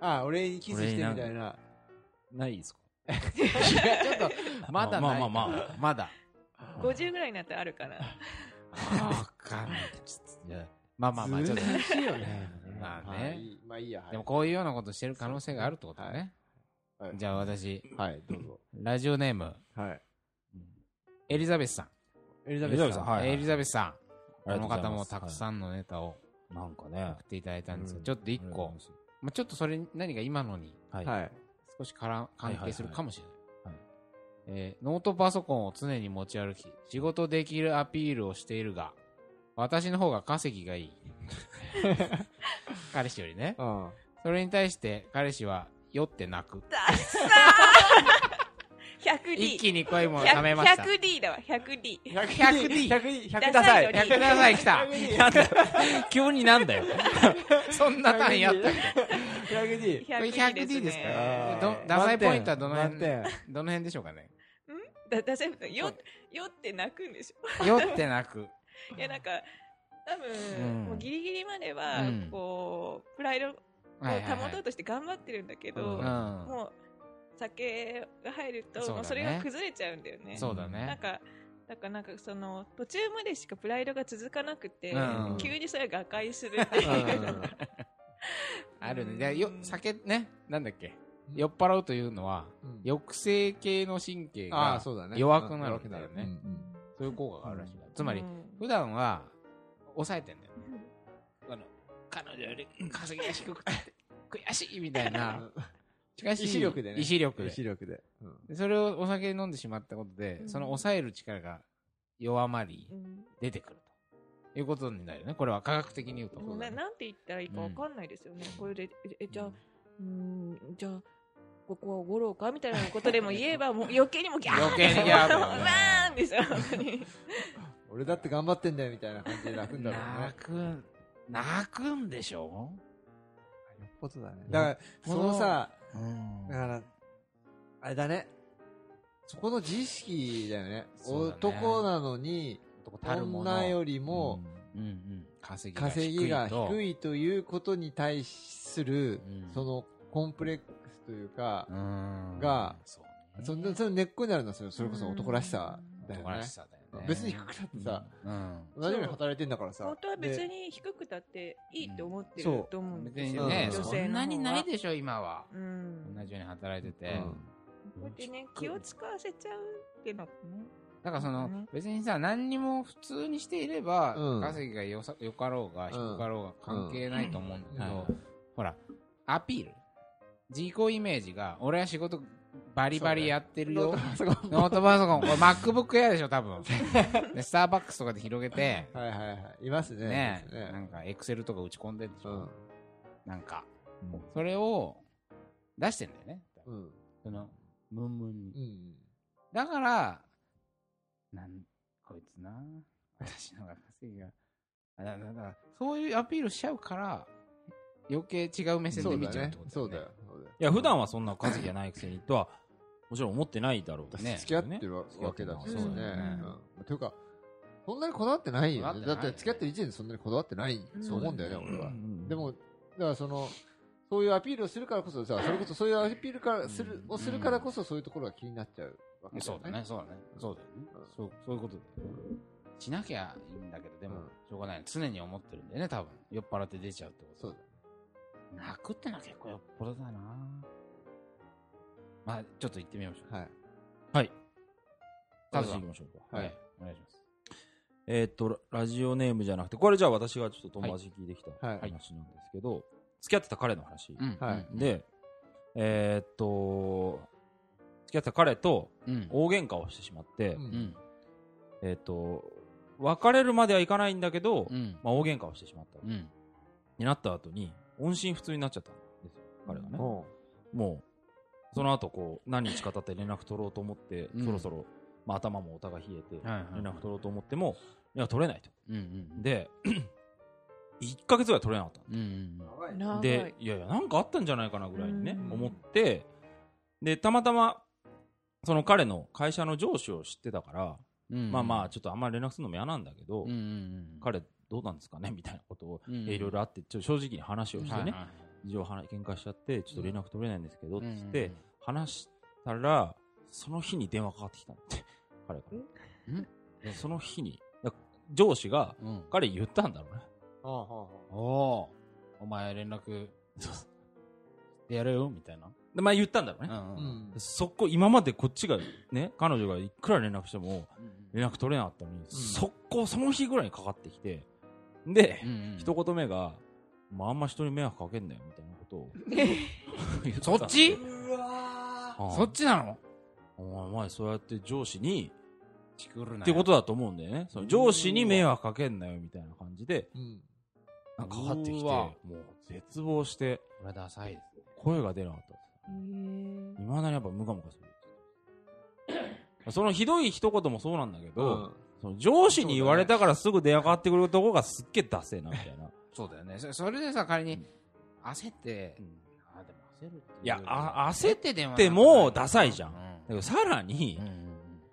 Speaker 4: ああ俺にキスしてみたい な
Speaker 3: ないですか
Speaker 2: ちょっと、まだない。
Speaker 3: まあまあまあ
Speaker 2: まだ。
Speaker 1: 50ぐらいになったらあるかな。
Speaker 2: わかんない。ちょっといやまあまあまあ、ちょっと。
Speaker 4: しいよね
Speaker 2: まあ
Speaker 4: はい
Speaker 2: ね。
Speaker 4: いいまあいいやはい
Speaker 2: でもこういうようなことしてる可能性があるってことだね。
Speaker 5: はい
Speaker 2: じゃあ私、
Speaker 5: はい、どうぞ。
Speaker 2: ラジオネーム、
Speaker 5: はい。
Speaker 2: エリザベスさん。
Speaker 4: エリザ
Speaker 3: エ
Speaker 4: ベ
Speaker 3: リ
Speaker 4: ス
Speaker 3: ザベ
Speaker 4: さん
Speaker 3: スさんはい
Speaker 2: エリザベスさん。
Speaker 3: あ
Speaker 2: こ
Speaker 3: りが
Speaker 2: の
Speaker 3: とうござい
Speaker 2: 方
Speaker 3: ま
Speaker 2: も
Speaker 3: す
Speaker 2: たくさんのネタを
Speaker 3: はいなんかね
Speaker 2: 送っていただいたんですが、
Speaker 3: うん
Speaker 2: ちょっと一
Speaker 3: ありがとう
Speaker 2: 個
Speaker 3: ございま、す
Speaker 2: まあ、ちょっとそれに何か今のに
Speaker 3: は い
Speaker 5: はい。
Speaker 2: 少しから関係するかもしれ
Speaker 3: はい
Speaker 2: な。
Speaker 3: はい
Speaker 2: えーノートパソコンを常に持ち歩き、仕事できるアピールをしているが、私の方が稼ぎが いい。彼氏よりね。
Speaker 5: うん。
Speaker 2: それに対して彼氏は酔って泣く。一
Speaker 1: 100D。
Speaker 2: 気に恋も冷めました。
Speaker 1: 100D だわ、100D。
Speaker 2: 100D
Speaker 4: 100
Speaker 1: ダ
Speaker 4: 100ダ
Speaker 1: サ
Speaker 4: サ
Speaker 1: いよ
Speaker 4: い
Speaker 1: り
Speaker 2: 100ダサい来た。
Speaker 3: なんだよ急になんだよ
Speaker 2: そんな単位あったっけ
Speaker 4: 100D
Speaker 2: これ 100D ですか
Speaker 5: あー
Speaker 2: どダサいポイントはどの辺
Speaker 4: 満点
Speaker 2: どの辺でしょうかね。
Speaker 1: だだせぶよ、酔って泣くんでしょ。
Speaker 2: 酔って泣く。
Speaker 1: いや、なんか、多分、
Speaker 2: うん
Speaker 1: もうギリギリまでは、
Speaker 2: うん
Speaker 1: こう、プライドを
Speaker 2: はいはい
Speaker 1: 保
Speaker 2: は
Speaker 1: とう
Speaker 2: い
Speaker 1: として頑張ってるんだけど、
Speaker 2: うん
Speaker 1: もう、酒が入ると、
Speaker 2: そうだね
Speaker 1: もうそれが崩れちゃうんだよね。
Speaker 2: そうだ
Speaker 1: なん
Speaker 2: ね。
Speaker 1: か、だからなんかその途中までしかプライドが続かなくて、
Speaker 2: うん
Speaker 1: 急にそれが瓦解するっていうのが
Speaker 2: あるね。でよ酒ね、なんだっけ。酔っ払うというのは、
Speaker 4: うん
Speaker 2: 抑制系の神経
Speaker 4: ああ
Speaker 2: が
Speaker 4: そうだね
Speaker 2: 弱くなる
Speaker 4: 弱
Speaker 2: んだよ
Speaker 4: う
Speaker 2: ね。
Speaker 4: ん
Speaker 2: そういう効果があるらしいから。つま
Speaker 1: う
Speaker 2: り、
Speaker 1: ん
Speaker 2: 普段は抑えてんだよ。あの彼女より稼ぎが低くて悔しいみたいな。しかし
Speaker 4: 意志力でね
Speaker 2: 意志力
Speaker 4: うん
Speaker 2: で
Speaker 4: 視力でうん
Speaker 2: でそれをお酒飲んでしまったことで、
Speaker 1: うん
Speaker 2: その抑える力が弱まり
Speaker 1: う、ん
Speaker 2: 出てくるということになるよね。これは科学的に言うと。
Speaker 1: もうななんて言ったらいいかわかんないですよね、これでええじゃあうーんじゃあここは五郎かみたいなことでも言え ばもう余計にもうギャー
Speaker 2: 余計にギャーだよね
Speaker 1: もうわーんですよ本当 に
Speaker 4: 俺だって頑張ってんだよみたいな感じで泣くんだろうね
Speaker 2: 泣くん、泣くんでしょ
Speaker 4: よっぽどだね。だから、そのさ、
Speaker 2: うん
Speaker 4: だから、あれだね。そこの自意識だよね。
Speaker 2: そうだね
Speaker 4: 男なのに、
Speaker 2: たるもの
Speaker 4: 女よりも、
Speaker 2: うんうん、稼ぎが低
Speaker 4: 稼ぎが
Speaker 2: いと
Speaker 4: 低いということに対する
Speaker 2: うん、
Speaker 4: そのコンプレックスというか
Speaker 2: う、ん
Speaker 4: が
Speaker 2: そう
Speaker 4: そ
Speaker 2: ね
Speaker 4: のその根っこになるんですよ。それこそ男らしさだよ
Speaker 2: 男ら
Speaker 4: ね
Speaker 2: し。さだよね
Speaker 4: 別に低くたってさ、
Speaker 2: うん
Speaker 4: 同じように働いてんだからさ。
Speaker 1: 本当は別
Speaker 4: で。
Speaker 1: に低くたっていいって思って
Speaker 4: うん
Speaker 1: る
Speaker 4: そう
Speaker 1: と思うん
Speaker 2: 別
Speaker 1: です
Speaker 2: に
Speaker 1: よ、
Speaker 2: ね、
Speaker 1: 女性の方
Speaker 2: そ
Speaker 1: は
Speaker 2: んなにないでしょ、今は。
Speaker 1: うん
Speaker 2: 同じように働いてて。
Speaker 4: うん
Speaker 1: こうやってね
Speaker 2: 低
Speaker 1: 気
Speaker 2: い
Speaker 1: を使わせちゃうっていうのかね
Speaker 2: だからその
Speaker 1: ね、
Speaker 2: 別にさ、何にも普通にしていれば、
Speaker 4: うん
Speaker 2: 稼ぎがよさ、よかろうが、
Speaker 4: ん
Speaker 2: 低かろうが関係ないと思うんだけど、
Speaker 3: うんはい
Speaker 2: ほら、アピール。自己イメージが、俺は仕事バリバリやって るよ。
Speaker 4: そこ
Speaker 2: ノートパソコン、これ MacBook Air でしょ、多分。で、スターバックスとかで広げて、
Speaker 4: はいはいはい。いますね。
Speaker 2: ね
Speaker 4: います
Speaker 2: なんか Excel とか打ち込んでんでし
Speaker 4: う
Speaker 2: ょ
Speaker 4: ん。
Speaker 2: なんか、それを出してんだよね。
Speaker 4: うん。
Speaker 2: その、ムンムンに
Speaker 4: う。ん。
Speaker 2: だから、なん、こいつな、私の方が稼ぎが、あだだだそういうアピールしちゃうから、余計違う目線
Speaker 4: そ
Speaker 2: で
Speaker 4: う
Speaker 2: 見
Speaker 4: だ
Speaker 2: ちゃうっ
Speaker 4: ね
Speaker 2: てこ。
Speaker 4: そ
Speaker 2: と
Speaker 4: うだ
Speaker 2: だよ
Speaker 4: よ
Speaker 2: ね。。
Speaker 4: そうだよ
Speaker 3: いや、普段はそんな稼ぎじゃないくせにとは、もちろん思ってないだろうね。
Speaker 4: 付き合ってるわ
Speaker 3: 付き合
Speaker 4: わ
Speaker 3: って
Speaker 4: け
Speaker 3: る
Speaker 4: だ
Speaker 3: わ
Speaker 4: し
Speaker 3: け
Speaker 4: ね。
Speaker 1: だ
Speaker 4: う
Speaker 1: し
Speaker 4: ん
Speaker 1: ね
Speaker 4: まあていうか、そんなにこだわってないよ
Speaker 2: こ
Speaker 4: ね。
Speaker 2: だ
Speaker 4: だ
Speaker 2: わってない
Speaker 4: って付き合ってる時点でそんなにこだわってないと思うんだよね、
Speaker 1: うん
Speaker 4: 俺は
Speaker 3: う。ん
Speaker 4: で、も、だからその、そういうアピールをするからこそさ、それこそそういうアピールからする、
Speaker 2: うん
Speaker 4: をするからこそそういうところが気になっちゃうわけ
Speaker 2: そうだね、。そうだね。そうだよね。そう、そういうことだよね。しなきゃいいんだけど、でも
Speaker 4: うん、
Speaker 2: しょうがない。常に思ってるんだよね、多分。酔っ払って出ちゃうってこと
Speaker 4: そう
Speaker 2: は。泣くってのは結構よっぽどだなまあ、ちょっと行ってみましょう。
Speaker 4: だ。はい。
Speaker 3: はい。
Speaker 2: カ
Speaker 3: カ
Speaker 2: ズ
Speaker 3: ズ
Speaker 2: さん
Speaker 3: さん行きましょうか。
Speaker 4: はい
Speaker 2: はい。お願いします。
Speaker 3: えーっと、ララジオネームじゃなくて、これじゃあ私がちょっと友達に聞いてきた
Speaker 4: はい
Speaker 3: 話なんですけど、付き合ってた彼の話。
Speaker 2: うん
Speaker 4: はい
Speaker 2: うん
Speaker 3: で、えーっと、付き合ってた彼と
Speaker 2: うん。
Speaker 3: 大喧嘩をしてしまって、
Speaker 4: うん
Speaker 2: うん。
Speaker 3: えーっと、別れるまではいかないんだけど、
Speaker 2: うん。
Speaker 3: まあ大喧嘩をしてしまった。
Speaker 2: うん。
Speaker 3: になった後に、音信不通になっちゃったんですよ、彼がね。
Speaker 4: も
Speaker 3: もう、その後こう、何日か経って連絡取ろうと思って、
Speaker 2: うん
Speaker 3: そろそろ、まあ頭もお互い冷えて、
Speaker 2: はいはい
Speaker 3: 連絡取ろうと思っても、いや、取れないと。
Speaker 2: うんうん。
Speaker 3: で、1ヶ月ぐらい取れなかった
Speaker 2: うんうん
Speaker 4: う、長い
Speaker 1: 長
Speaker 3: の。
Speaker 1: い
Speaker 3: で、いやいや、なんかあったんじゃないかなぐらいにね、
Speaker 1: うん
Speaker 3: 思って、で、たまたま、その彼の会社の上司を知ってたから、
Speaker 2: うん。
Speaker 3: まあまあ、ちょっとあんまり連絡するのも嫌なんだけど、
Speaker 2: うんうんうん、
Speaker 3: 彼どうなんですかね みたいなことを、
Speaker 2: うんうん、
Speaker 3: えいろいろあって、ちょっと正直に話をして
Speaker 2: はい
Speaker 3: ね、
Speaker 2: はい
Speaker 3: 以上話喧嘩しちゃって、ちょっと連絡取れないんですけど、
Speaker 2: う
Speaker 3: っ
Speaker 2: んうん
Speaker 3: つって、話したら、その日に電話かかってきたんだって、彼か
Speaker 2: ん
Speaker 3: ら。でその日に、だ上司が、
Speaker 2: うんうん、
Speaker 3: 彼言ったんだろうね。
Speaker 4: あああ
Speaker 2: おおお前連絡してやれよみたいな、
Speaker 3: でまあ言ったんだろうね。
Speaker 4: あ
Speaker 2: ん
Speaker 4: うん
Speaker 3: でそこ、今までこっちが、ね、彼女がいくら連絡しても、連絡取れなかったのに、速攻その日ぐらいにかかってきて、で、
Speaker 2: うんうん、
Speaker 3: 一言目が、まあ、あんま人に迷惑かけんなよ、みたいなことを 言た
Speaker 2: そっち
Speaker 3: ああ
Speaker 2: そっちなの
Speaker 3: お前お前、そうやって上司に、
Speaker 2: チクるな
Speaker 3: ってことだと思うんだよね。その上司に迷惑かけんなよみたいな感じで、
Speaker 4: うん。
Speaker 3: なんかかかってきて、
Speaker 2: うわ
Speaker 3: もう絶望して、
Speaker 2: これダサいです
Speaker 3: 声が出なかった。
Speaker 1: え
Speaker 3: 未だにやっぱムカムカす る。そのひどい一言もそうなんだけど、その上司に言われたからすぐ電話かかってくるとこがすっげえダセえなみたいな。
Speaker 2: そうだよねそそれでさ仮に焦って、
Speaker 3: うん
Speaker 2: ああでも焦るってう
Speaker 3: いやあ焦
Speaker 2: てでも
Speaker 3: でもダサいじゃん
Speaker 2: ん
Speaker 3: だけどさらに
Speaker 2: うん、うん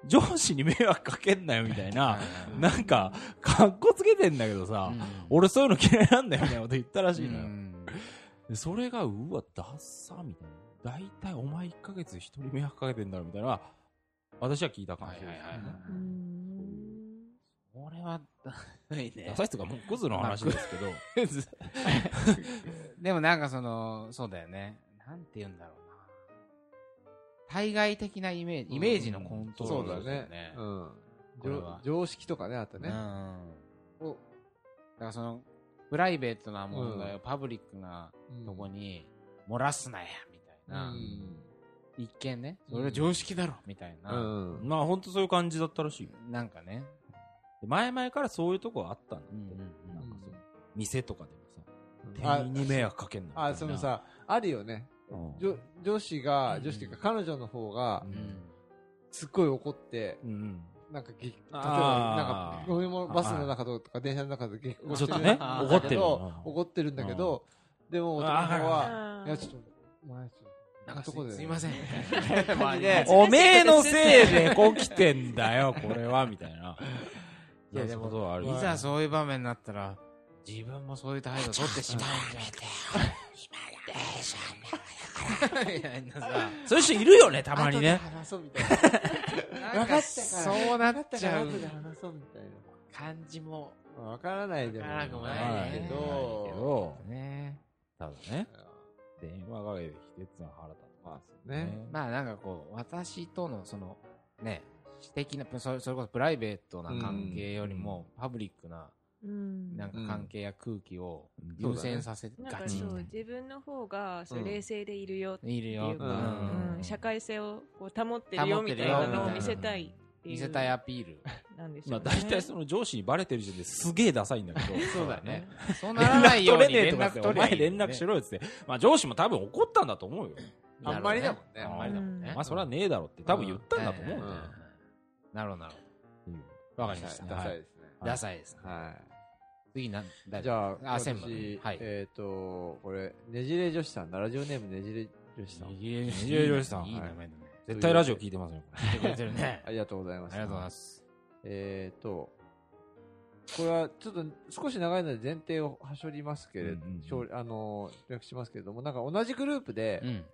Speaker 3: 上司に迷惑かけんなよみたいな、
Speaker 2: うん
Speaker 3: なんか、かっこつけてんだけどさ、
Speaker 2: うん
Speaker 3: 俺そういうの嫌いなんだよみたいなこと言ったらしいのよ。
Speaker 2: うん
Speaker 3: でそれが、うわ、ダッサみたいな。大体お前1ヶ月一人迷惑かけてんだろみたいな、私は聞いた感
Speaker 2: はい
Speaker 3: じ
Speaker 2: はい
Speaker 3: です
Speaker 2: はいはい
Speaker 1: ー、うーん
Speaker 2: 俺はダサいね
Speaker 3: ダサいっつうか、もうクズの話ですけど、
Speaker 2: でもなんかその、そうだよね。なんて言うんだろうな。対外的なイメージ、イメージのコントロ
Speaker 4: そ
Speaker 2: ー
Speaker 4: う
Speaker 2: ル
Speaker 4: だ
Speaker 2: ですよ
Speaker 4: ね。うん。
Speaker 2: これは
Speaker 4: 常常識とかね、あと
Speaker 2: うん。
Speaker 4: ね。を
Speaker 2: だからその、プライベートな問題をパブリックなとこに漏らすなや、みたいうな。
Speaker 4: ん。
Speaker 2: 一見ね、それが常識だろ、みたいうな。
Speaker 4: ん。
Speaker 3: まあ本当そういう感じだったらしいよ。
Speaker 2: なんかね。
Speaker 3: で前々からそういうとこあったんだって。
Speaker 2: うん
Speaker 3: なんか
Speaker 4: うん
Speaker 3: そう、店とかでもさ、
Speaker 4: あ
Speaker 3: 店員に迷惑かけんなみたいな。
Speaker 4: あ、そのさ、あるよね。
Speaker 3: うん、
Speaker 4: 女女子が
Speaker 2: う、ん
Speaker 4: 女子っていうか彼女の方が
Speaker 2: う
Speaker 3: うん、
Speaker 2: ん。
Speaker 4: すっごい怒って、
Speaker 3: うん
Speaker 4: なんか激、例えば、
Speaker 3: あー
Speaker 4: なんか、こういうものバスの中とか電車の中で激
Speaker 3: う
Speaker 4: 高
Speaker 3: ん。
Speaker 4: し
Speaker 3: ちょ
Speaker 4: て
Speaker 3: っと
Speaker 4: る
Speaker 3: ね、
Speaker 2: あー
Speaker 3: 怒ってるよな。
Speaker 4: 怒ってるんだけど、でも男の方は、
Speaker 1: あー
Speaker 4: いや、ちょっと、お前、ちょっ
Speaker 2: な
Speaker 4: と、
Speaker 2: んか
Speaker 4: そこです
Speaker 2: すい
Speaker 4: ね
Speaker 2: ません。みたい な感じで
Speaker 1: お
Speaker 3: お
Speaker 1: め
Speaker 3: め
Speaker 1: え
Speaker 3: え
Speaker 1: の
Speaker 3: の
Speaker 1: せ
Speaker 3: せ
Speaker 1: い
Speaker 3: い
Speaker 1: で
Speaker 3: でこきてんだ よ、これは、みたいな。
Speaker 2: いやでも
Speaker 3: ことはある
Speaker 2: い
Speaker 3: よ
Speaker 2: ざそういう場面になったら、自分もそういう態度取ってしまうんじゃないか。今だ、さ、
Speaker 3: そういう人いるよね、たまにね。
Speaker 4: 後で話そうみたいな。分
Speaker 2: なんか
Speaker 4: かったから。
Speaker 2: そうなっちゃう
Speaker 4: 分かったから後で話そうみたい
Speaker 2: 感じも、
Speaker 4: な。わからないでも
Speaker 2: わからなくもない
Speaker 3: は
Speaker 2: ね
Speaker 3: い
Speaker 4: け
Speaker 3: け
Speaker 4: ど、
Speaker 3: ど、
Speaker 2: ね。
Speaker 3: ただね、電話がけてきてっつうのは腹立つ。
Speaker 4: まあ、ね。
Speaker 2: まあなんかこう、私とのその、ね、私的なそれそれこそプライベートな関係よりも、パブリックな
Speaker 1: うん
Speaker 2: なんか関係や空気を
Speaker 3: うん
Speaker 2: 優先させ
Speaker 1: なん
Speaker 2: が
Speaker 1: か
Speaker 2: ち
Speaker 1: そ
Speaker 2: み
Speaker 1: う
Speaker 2: たい
Speaker 1: 自分の方がそううん冷静でいるよ、
Speaker 2: ない
Speaker 1: っ
Speaker 2: るよ
Speaker 1: ていうか
Speaker 2: うん
Speaker 1: うん社会性をこう保ってるよ
Speaker 2: 保って
Speaker 1: み
Speaker 2: る
Speaker 1: た
Speaker 2: よ
Speaker 1: いなのを見せたいっていう
Speaker 2: 見せたいアピール
Speaker 1: なんです
Speaker 3: ま
Speaker 1: よ
Speaker 3: あ
Speaker 1: ね。
Speaker 3: 大体その上司にバレてる時点ですげえダサいんだけど。
Speaker 2: そうだね。そうなら
Speaker 3: 連
Speaker 2: ない
Speaker 3: 絡
Speaker 2: よう
Speaker 3: 取れ
Speaker 2: に
Speaker 3: ねえ
Speaker 2: 連
Speaker 3: とかっ
Speaker 2: 絡
Speaker 3: て、
Speaker 2: 取
Speaker 3: お
Speaker 2: れば
Speaker 3: 前
Speaker 2: いいよね
Speaker 3: 連絡しろよっつって。まあ上司も多分怒ったんだと思うよ。
Speaker 4: あんまりだもんね。
Speaker 2: あんま
Speaker 1: う
Speaker 2: りだもん
Speaker 1: ん
Speaker 2: ね
Speaker 3: お前それはねえだろって多分言ったんだと思うね
Speaker 4: うん。
Speaker 2: なるほどなるほどわかりました
Speaker 4: ダ
Speaker 2: は
Speaker 4: サ
Speaker 2: い
Speaker 4: いですね。
Speaker 2: ダサいですね
Speaker 4: は
Speaker 2: 次なん
Speaker 4: い。
Speaker 2: だ
Speaker 4: じゃあ、
Speaker 2: あ専務
Speaker 4: 私
Speaker 2: はい
Speaker 4: えっと、これ、ねじれ女子さんだ、ラジオネームねじれ女子さん。
Speaker 2: いいね
Speaker 3: いいねよしさん
Speaker 2: いい名前だね
Speaker 3: 絶対ラジオ聞いてますよ。 こ
Speaker 2: 聞いてくれてるね
Speaker 4: ありがとうございま
Speaker 2: あ
Speaker 4: す。
Speaker 2: りがとうございます
Speaker 4: えっと、これはちょっと少し長いので前提をはしょりますけれど
Speaker 3: うんうんうん、
Speaker 4: 省あのー、略しますけれども、なんか同じグループで
Speaker 2: うん